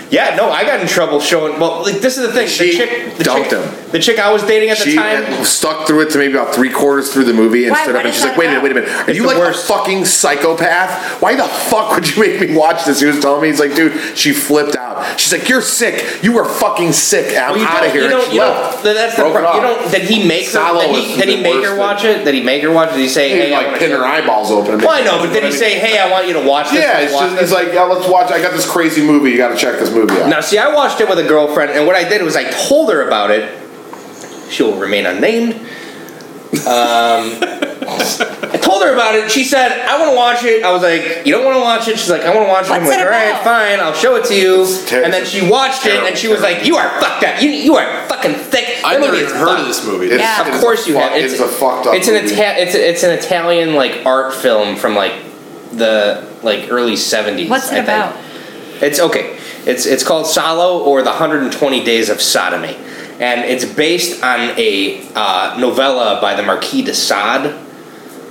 D: Yeah, no, I got in trouble showing. Well, like, this is the thing.
C: She
D: the chick, the
C: dumped
D: chick,
C: him.
D: The chick I was dating at the
C: She
D: time.
C: stuck through it to maybe about three quarters through the movie and
E: Why?
C: stood up,
E: What
C: and
E: is
C: she's like,
E: that
C: "Wait a minute,
E: about?
C: wait a minute, are
D: It's
C: you
D: the
C: like
D: worst.
C: a fucking psychopath? Why the fuck would you make me watch this?" He was telling me, he's like, "Dude, she flipped out. She's like, you're sick. You are fucking sick. I'm
D: Well, you
C: out
D: don't-
C: of here."
D: You
C: And
D: don't.
C: she
D: You
C: left.
D: don't. That's the
C: Broke it
D: problem. You
C: off.
D: don't. Did he make her?
C: Solo
D: Did
C: was
D: he, did he
C: the
D: make
C: worst
D: her
C: thing.
D: watch it? Did he make her watch it? Did he say,
C: He,
D: "Hey, I
C: like
D: wanna
C: pin
D: show
C: her
D: you"?
C: eyeballs open. and
D: Well, I
C: make-
D: know, but did he say, "Hey, I want you to watch this"?
C: Yeah,
D: Let's
C: it's
D: watch
C: just
D: this"?
C: he's like, yeah, let's watch. I got this crazy movie. You got to check this movie out.
D: Now, see, I watched it with a girlfriend, and what I did was I told her about it. She will remain unnamed. Um, I told her about it. She said, "I want to watch it." I was like, "You don't want to watch it." She's like, "I want to watch it." I'm
E: What's
D: like,
E: it
D: "All right,
E: about?"
D: fine, I'll show it to you."
C: ter-
D: and then she watched it, and she was like, "You are fucked up. You you are fucking thick."
F: I've
D: That
F: never
D: movie
F: even
D: is
F: heard
D: fucked.
F: of this movie.
C: It's-
E: Yeah.
C: it
D: Of
C: is
D: course you
C: fuck-
D: have.
C: It's, a fucked up.
D: It's an
C: movie.
D: Ita- It's it's an Italian like art film from like the like early seventies.
E: What's it about?
D: It's okay. It's it's called Salo or the 120 Days of Sodomy, and it's based on a uh, novella by the Marquis de Sade.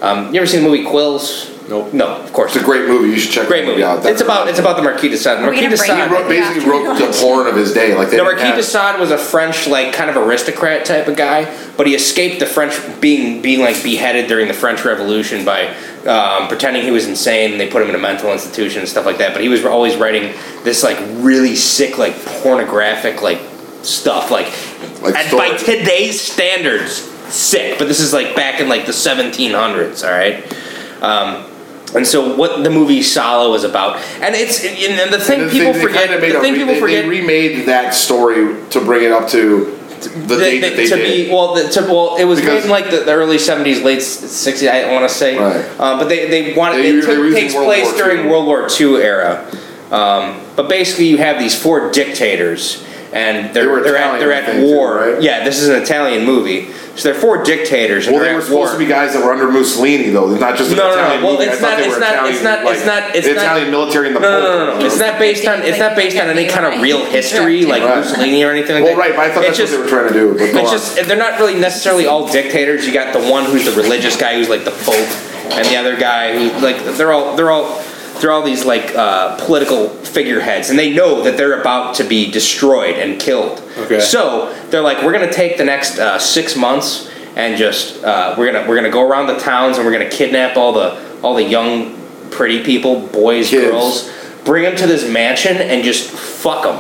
D: Um, you ever seen the movie Quills?
F: Nope.
D: No, of course.
C: It's a great movie. You should check
D: great
C: the
D: movie.
C: out.
D: it's about it's about the Marquis de Sade.
E: we
D: Marquis
E: gonna
D: de
E: bring it
D: Sade.
E: up?
C: wrote, basically wrote the porn of his day. Like they
D: No,
C: didn't
D: Marquis de
C: have-
D: Sade was a French, like, kind of aristocrat type of guy, but he escaped the French being being like beheaded during the French Revolution by um, pretending he was insane. They put him in a mental institution and stuff like that. But he was always writing this like really sick, like pornographic, like stuff. Like,
C: Like
D: and by
C: stories.
D: today's standards, sick. But this is like back in like the 1700s. All right. Um, and so, what the movie Salo is about, and it's and and the thing
C: And
D: people
C: they- they
D: forget,
C: kinda made
D: the
C: a
D: thing
C: re-
D: people
C: they-
D: forget,
C: They remade that story to bring it up to the
D: They-
C: date that
D: they-
C: they
D: to
C: did.
D: be well, the, to, well, it was made
C: Because-
D: in like the, the early seventies, late sixties. I want to say,
C: Right.
D: um, but they they want
C: They-
D: it
C: they were
D: took,
C: using
D: takes
C: World
D: place
C: War II.
D: during World War II era. Um, but basically, you have these four dictators, and they're
C: They were
D: they're at,
C: Italian,
D: they're
C: I
D: at
C: think, too,
D: war.
C: right?
D: Yeah, this is an Italian movie, so they're four dictators. And
C: Well,
D: they're
C: they were
D: at
C: supposed
D: war.
C: to be guys that were under Mussolini, though. Not just an
D: No, no, no.
C: Italian
D: Well,
C: movie. I
D: it's
C: thought
D: not-
C: they
D: it's
C: were
D: not-
C: Italian,
D: it's not-
C: like,
D: it's not- it's
C: the
D: not-
C: Italian military in the
D: No,
C: Pope.
D: no, no, no. It's not based on it's not based on any kind of real history like
C: Right.
D: Mussolini or anything like
C: Well,
D: that.
C: right, but I thought
D: It's
C: that's what
D: just-
C: they were trying to do. But go
D: It's
C: on.
D: just they're not really necessarily all dictators. You got the one who's the religious guy who's like the pope, and the other guy who like they're all they're all they're all these like uh, political figureheads, and they know that they're about to be destroyed and killed.
F: Okay.
D: So they're like, we're gonna take the next uh, six months and just uh, we're gonna we're gonna go around the towns and we're gonna kidnap all the all the young pretty people, boys,
C: Kids.
D: girls, bring them to this mansion and just fuck them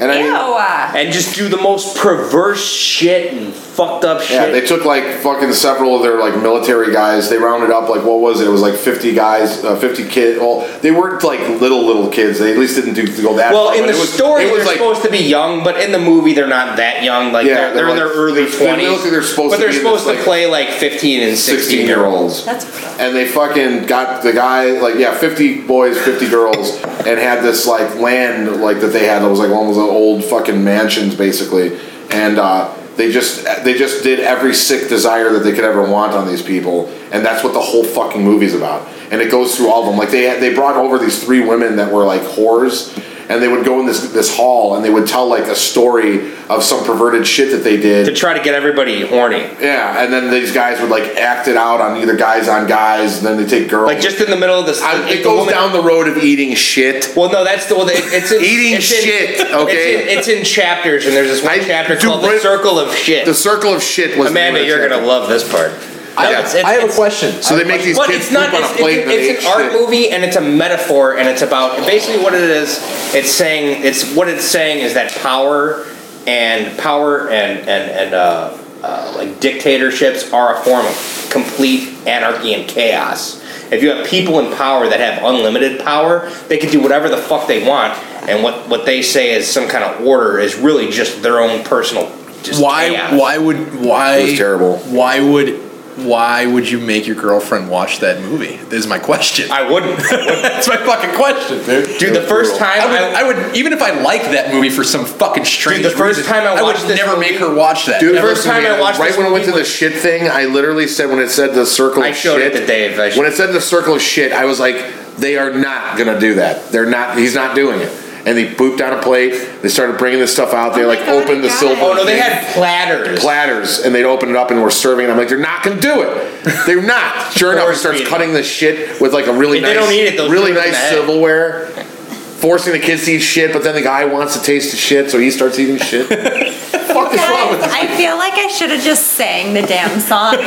C: and I
E: Ew.
C: mean,
E: uh,
D: and just do the most perverse shit and fucked up shit.
C: yeah, they took like fucking several of their like military guys. They rounded up like what was it? It was like fifty guys, uh, fifty kids. Well, they weren't like little little kids. They at least didn't do go that.
D: well,
C: far,
D: in
C: but
D: the
C: it was,
D: story,
C: it was
D: they're
C: like
D: supposed to be young, but in the movie, they're not that young. Like
C: Yeah,
D: they're, they're,
C: they're
D: in their
C: like-
D: early
C: they look like
D: twenties,
C: they're supposed
D: but
C: to
D: they're
C: be in
D: supposed
C: this,
D: to
C: like,
D: play like fifteen and sixteen year olds.
C: olds.
E: that's gross.
C: and they fucking got the guy like yeah 50 boys 50 girls and had this like land like that they had that was like one of those old fucking mansions basically and uh, they just they just did every sick desire that they could ever want on these people and that's what the whole fucking movie's about and it goes through all of them like they had, they brought over these three women that were like whores and they would go in this this hall and they would tell like a story of some perverted shit that they did
D: To try to get everybody horny,
C: yeah and then these guys would like act it out on either guys on guys and then they take girls
D: like just in the middle of this,
C: I,
D: if
C: it
D: the
C: goes
D: woman-
C: down the road of eating shit.
D: Well, no, that's the well, it- it's in,
C: Eating
D: it's in-
C: shit,
D: it's in-
C: okay?
D: it's in, chapters, and there's this one
C: I-
D: chapter
C: dude,
D: called "The
C: what-
D: Circle of Shit."
C: The circle of shit was. the name
D: Amanda,
C: of the
D: you're gonna
C: chapter.
D: love this part. No,
C: yeah.
D: it's- it's-
F: I have a
D: it's-
F: question.
C: So they make these
D: But
C: kids
D: it's
C: poop
D: not.
C: on
D: It's,
C: a plate
D: it's,
C: and they
D: it's
C: eat
D: an art
C: shit.
D: movie, and it's a metaphor, and it's about basically what it is. It's saying it's what it's saying is that power and power and and and uh, uh, like dictatorships are a form of complete anarchy and chaos. If you have people in power that have unlimited power, they can do whatever the fuck they want, and what what they say is some kind of order is really just their own personal. Just
F: why?
D: chaos.
F: Why would? Why?
C: It was terrible.
F: Why would? Why would you make your girlfriend watch that movie? This is my question.
D: I wouldn't.
F: That's my fucking question, dude.
D: Dude, the first time
F: I would,
D: I-
F: I would, even if I liked that movie for some fucking strange
D: Dude, the first
F: reason,
D: time I watched
F: would
D: this
F: never
D: movie-
F: make her watch that.
C: Dude,
D: The
F: Never.
D: first time I watched
C: right
D: this
C: when it went to
D: movie
C: the shit thing, I literally said when it said the circle.
D: I
C: of
D: showed it
C: shit,
D: to Dave. I sh-
C: when it said the circle of shit, I was like, they are not gonna do that. They're not. He's not doing it. And they pooped on a plate. They started bringing this stuff out. They
E: Oh my
C: like
E: God,
C: opened the
E: I got
C: silver.
E: it.
D: Oh no, they had platters.
C: platters and they'd open it up and we're serving it. I'm like, they're not gonna do it. They're not. Sure enough, he
D: Force
C: starts
D: feeding.
C: cutting the shit with like a really
D: If
C: nice,
D: they don't eat it, they'll
C: really
D: shoot them in
C: nice
D: the head.
C: silverware. Forcing the kids to eat shit, but then the guy wants to taste the shit, so he starts eating shit. Fuck is wrong with
E: Guys, I feel like I should have just sang the damn song. you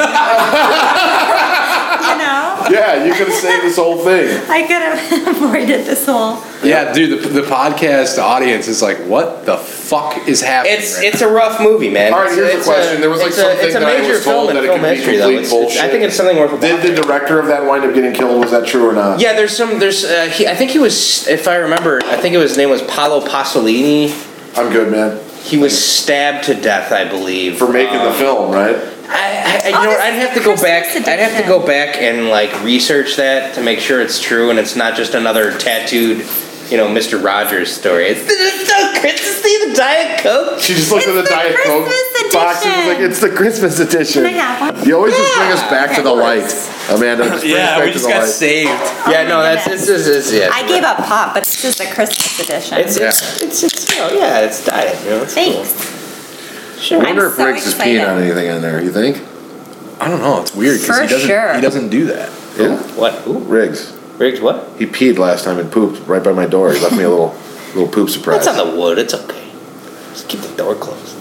E: know,
C: Yeah, you could have saved this whole thing.
E: I could have avoided this whole.
F: yeah, dude, the, the podcast audience is like, what the fuck is happening?
D: It's
F: right
D: it's a rough movie, man.
C: All right,
D: It's-
C: here's a
D: it's
C: question. There was, like,
D: it's
C: something
D: it's a
C: that I
D: major
C: was told
D: film and
C: that it could
D: film
C: be
D: history, though.
C: complete
D: It's- it's- I
C: bullshit.
D: think it's something worth. a
C: Did
D: watch.
C: the director of that wind up getting killed? Was that true or not?
D: Yeah, there's some. There's uh, he, I think he was. If I remember, I think it was, his name was Paolo Pasolini.
C: I'm good, man.
D: He was stabbed to death, I believe,
C: For making
D: Um,
C: the film, right?
D: I, I, you
E: Oh,
D: know,
E: this
D: I'd
E: is
D: have
E: the
D: to go
E: Christmas
D: back. I'd have to
E: edition.
D: go back and like research that to make sure it's true and it's not just another tattooed, you know, Mister Rogers story. It's it's the Christmas Eve, the Diet Coke.
C: She just looked
E: It's
C: at the,
E: the
C: Diet Coke
E: Christmas
C: box and was
E: edition.
C: like, it's the Christmas edition.
E: Can I have one?
C: You always just bring us
E: Yeah.
C: back to the light, Amanda. Just bring us
Q: Yeah,
C: back
Q: we
C: to
Q: just
C: the
Q: got
C: light.
Q: saved.
D: yeah,
E: my
D: no, that's it's
E: goodness.
D: this is yeah.
E: I gave up pop, but this is the Christmas edition.
D: It's it's, it's, it's you know, yeah, it's diet. You know, it's
E: Thanks.
C: I
E: Sure.
C: wonder
E: I'm
C: if
E: so
C: Riggs is
E: excited.
C: peeing on anything in there. You think?
F: now. I don't know. It's weird because
E: For
F: he doesn't.
E: sure.
F: He doesn't do that.
C: Yeah.
D: Cool. What? Ooh,
C: Riggs.
D: Riggs? What?
C: He peed last time and pooped right by my door. He left me a little little poop surprise.
D: That's on the wood. It's okay. Just keep the door closed.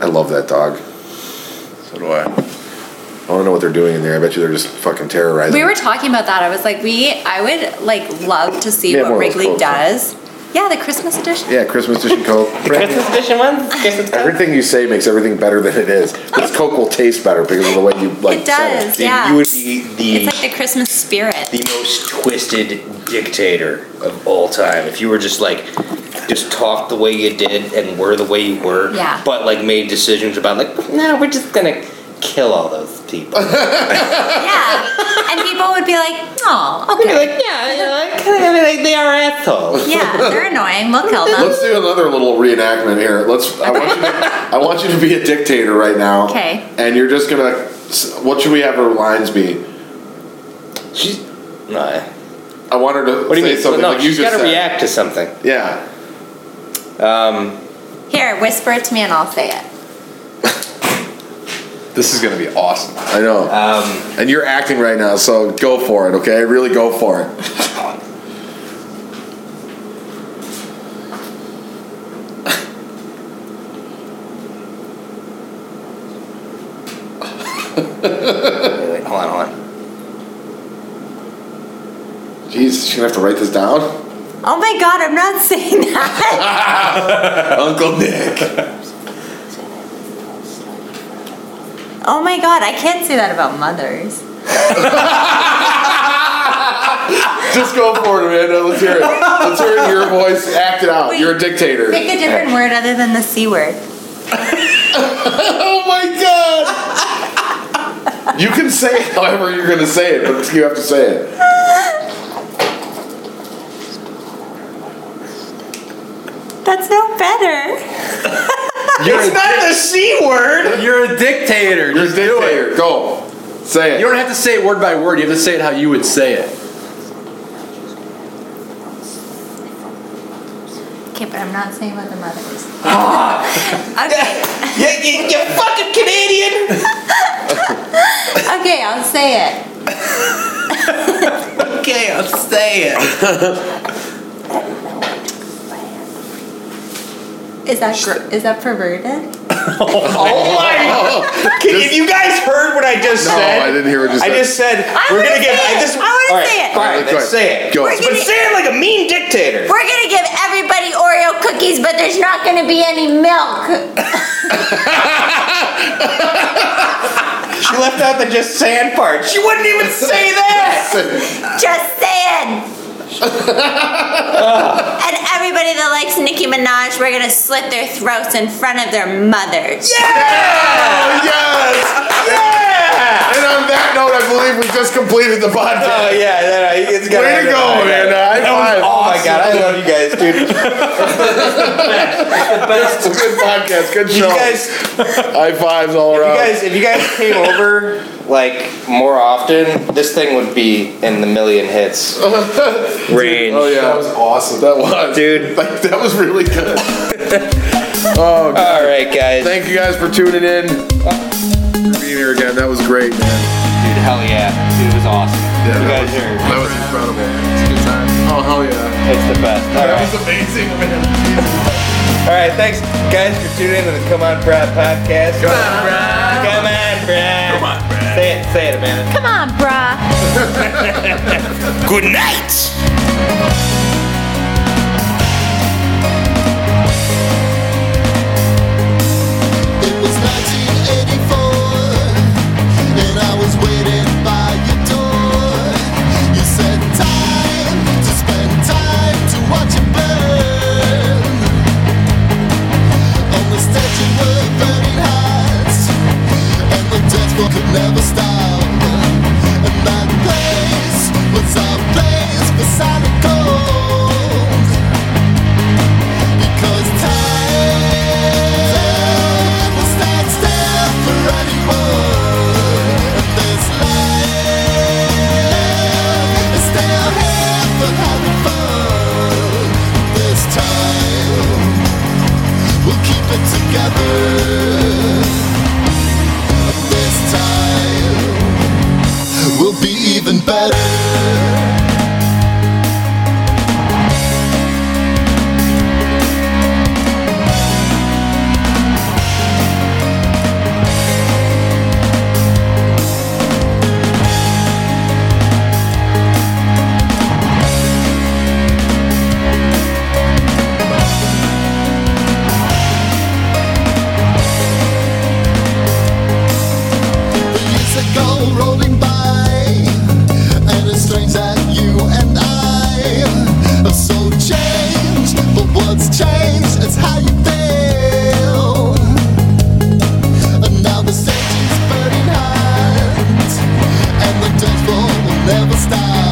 C: I love that dog.
F: So do I.
C: I want to know what they're doing in there. I bet you they're just fucking terrorizing.
E: We were
C: it.
E: talking about that. I was like, we. I would like love to see
C: Yeah,
E: what
C: one of those
E: Wrigley
C: coats, huh?
E: does. Yeah, the Christmas edition.
C: yeah, Christmas edition Coke.
D: Christmas edition one. Christmas Coke?
C: Everything you say makes everything better than it is. This Coke will taste better because of the way you like.
E: it
C: said
E: does. Yeah.
D: You would be the
E: it's like the Christmas spirit.
D: the most twisted dictator of all time. If you were just like, just talk the way you did and were the way you were,
E: Yeah.
D: but like made decisions about like, no, we're just gonna kill all those people.
E: Yeah, and people
G: people would be like, oh, okay.
D: yeah, yeah, I kinda- I mean, like, they are assholes.
G: Yeah, they're annoying. We'll kill them.
C: Let's do another little reenactment here. Let's. I want you. To, I want you to be a dictator right now.
G: Okay.
C: And you're just gonna. What should we have her lines be?
R: She's. No.
C: I want her to
R: What do you
C: say
R: mean?
C: something
R: no,
C: like you
R: she's
C: just
R: got to
C: said.
R: react to something.
C: Yeah.
R: Um,
G: Here, whisper it to me and I'll say it.
F: This is gonna be awesome.
C: I know.
R: um,
C: and you're acting right now, so go for it. Okay, really go for it.
R: wait, wait, hold on, hold on.
C: Jeez, she's gonna have to write this down.
G: Oh my god, I'm not saying that.
C: Uncle Nick.
G: Oh my god, I can't say that about mothers.
C: Just go for it, Amanda. Let's hear it. Let's hear it in your voice. Act it out.
G: Wait.
C: You're a dictator.
G: Pick a different word other than the C word.
C: Oh my god! you can say it however you're gonna say it, but you have to say it.
G: That's no better.
C: You're,
D: not the C word!
F: You're a dictator.
C: you're a dictator. Go. Say it.
F: You don't have to say it word by word. You have to say it how you would say it.
G: Okay, but I'm not saying about the mothers. okay,
D: You, you, you fucking Canadian!
G: okay, I'll say it.
D: Okay, I'll say it.
G: Is that gr- is that perverted?
D: Oh my! Can, if you guys heard what I just
C: no,
D: said,
C: Oh, I didn't hear what you
D: I
C: said.
D: just said
G: I
D: we're
G: wanna
D: gonna give.
G: say
D: I
G: it.
D: just
G: I wanna
D: All right,
G: say it.
D: All right,
C: Alright, go
D: let's say it.
C: Go.
G: We're
D: But
G: gonna,
D: say it like a mean dictator.
G: we're gonna give everybody Oreo cookies, but there's not gonna be any milk.
D: She left out the just sand part. She wouldn't even say that.
G: Just saying. and everybody that likes Nicki Minaj, we're gonna slit their throats in front of their mothers.
D: Yeah!
C: Oh, yes!
D: Yeah!
C: And on that note, I believe we just completed the podcast.
D: Oh yeah, that, uh, it's got
C: Way to go, Amanda. High five.
D: Oh my god, I love you guys, dude.
C: It's a good podcast. Good
D: You
C: show.
D: guys,
C: High fives all
D: you
C: around.
D: guys, if you guys came over like more often, this thing would be in the million hits range.
C: oh yeah, that was awesome. That was,
D: Dude.
C: Like, that was really good. Oh,
D: All right, guys.
C: Thank you guys for tuning in. For being here again, that was great, man.
D: Dude, hell yeah. Dude, it was awesome.
C: Yeah, that
D: you guys are,
C: That was incredible. It's a good time. Oh hell yeah!
D: it's the best. All right.
C: was amazing, man.
D: All right, thanks, guys, for tuning in to the Come On Brad podcast. Come on, Brad. Come on, Brad. Come on, Brad. Say it, say it, Amanda.
G: Come on, bruh.
S: Good night.
B: It was 1984, and I was waiting by your door. You said time to spend time to watch it burn. On the stage were burning hearts, and the dance floor could never stop. And that place was our place for solid gold. Because time will stand still for anyone. And this life is still here for having fun. This time we'll keep it together. This time we'll be even better. The years ago rolling by, and it's strange that you and I are so changed. But what's changed is how you feel. And now the stage is burning hot, and the dance floor will never now.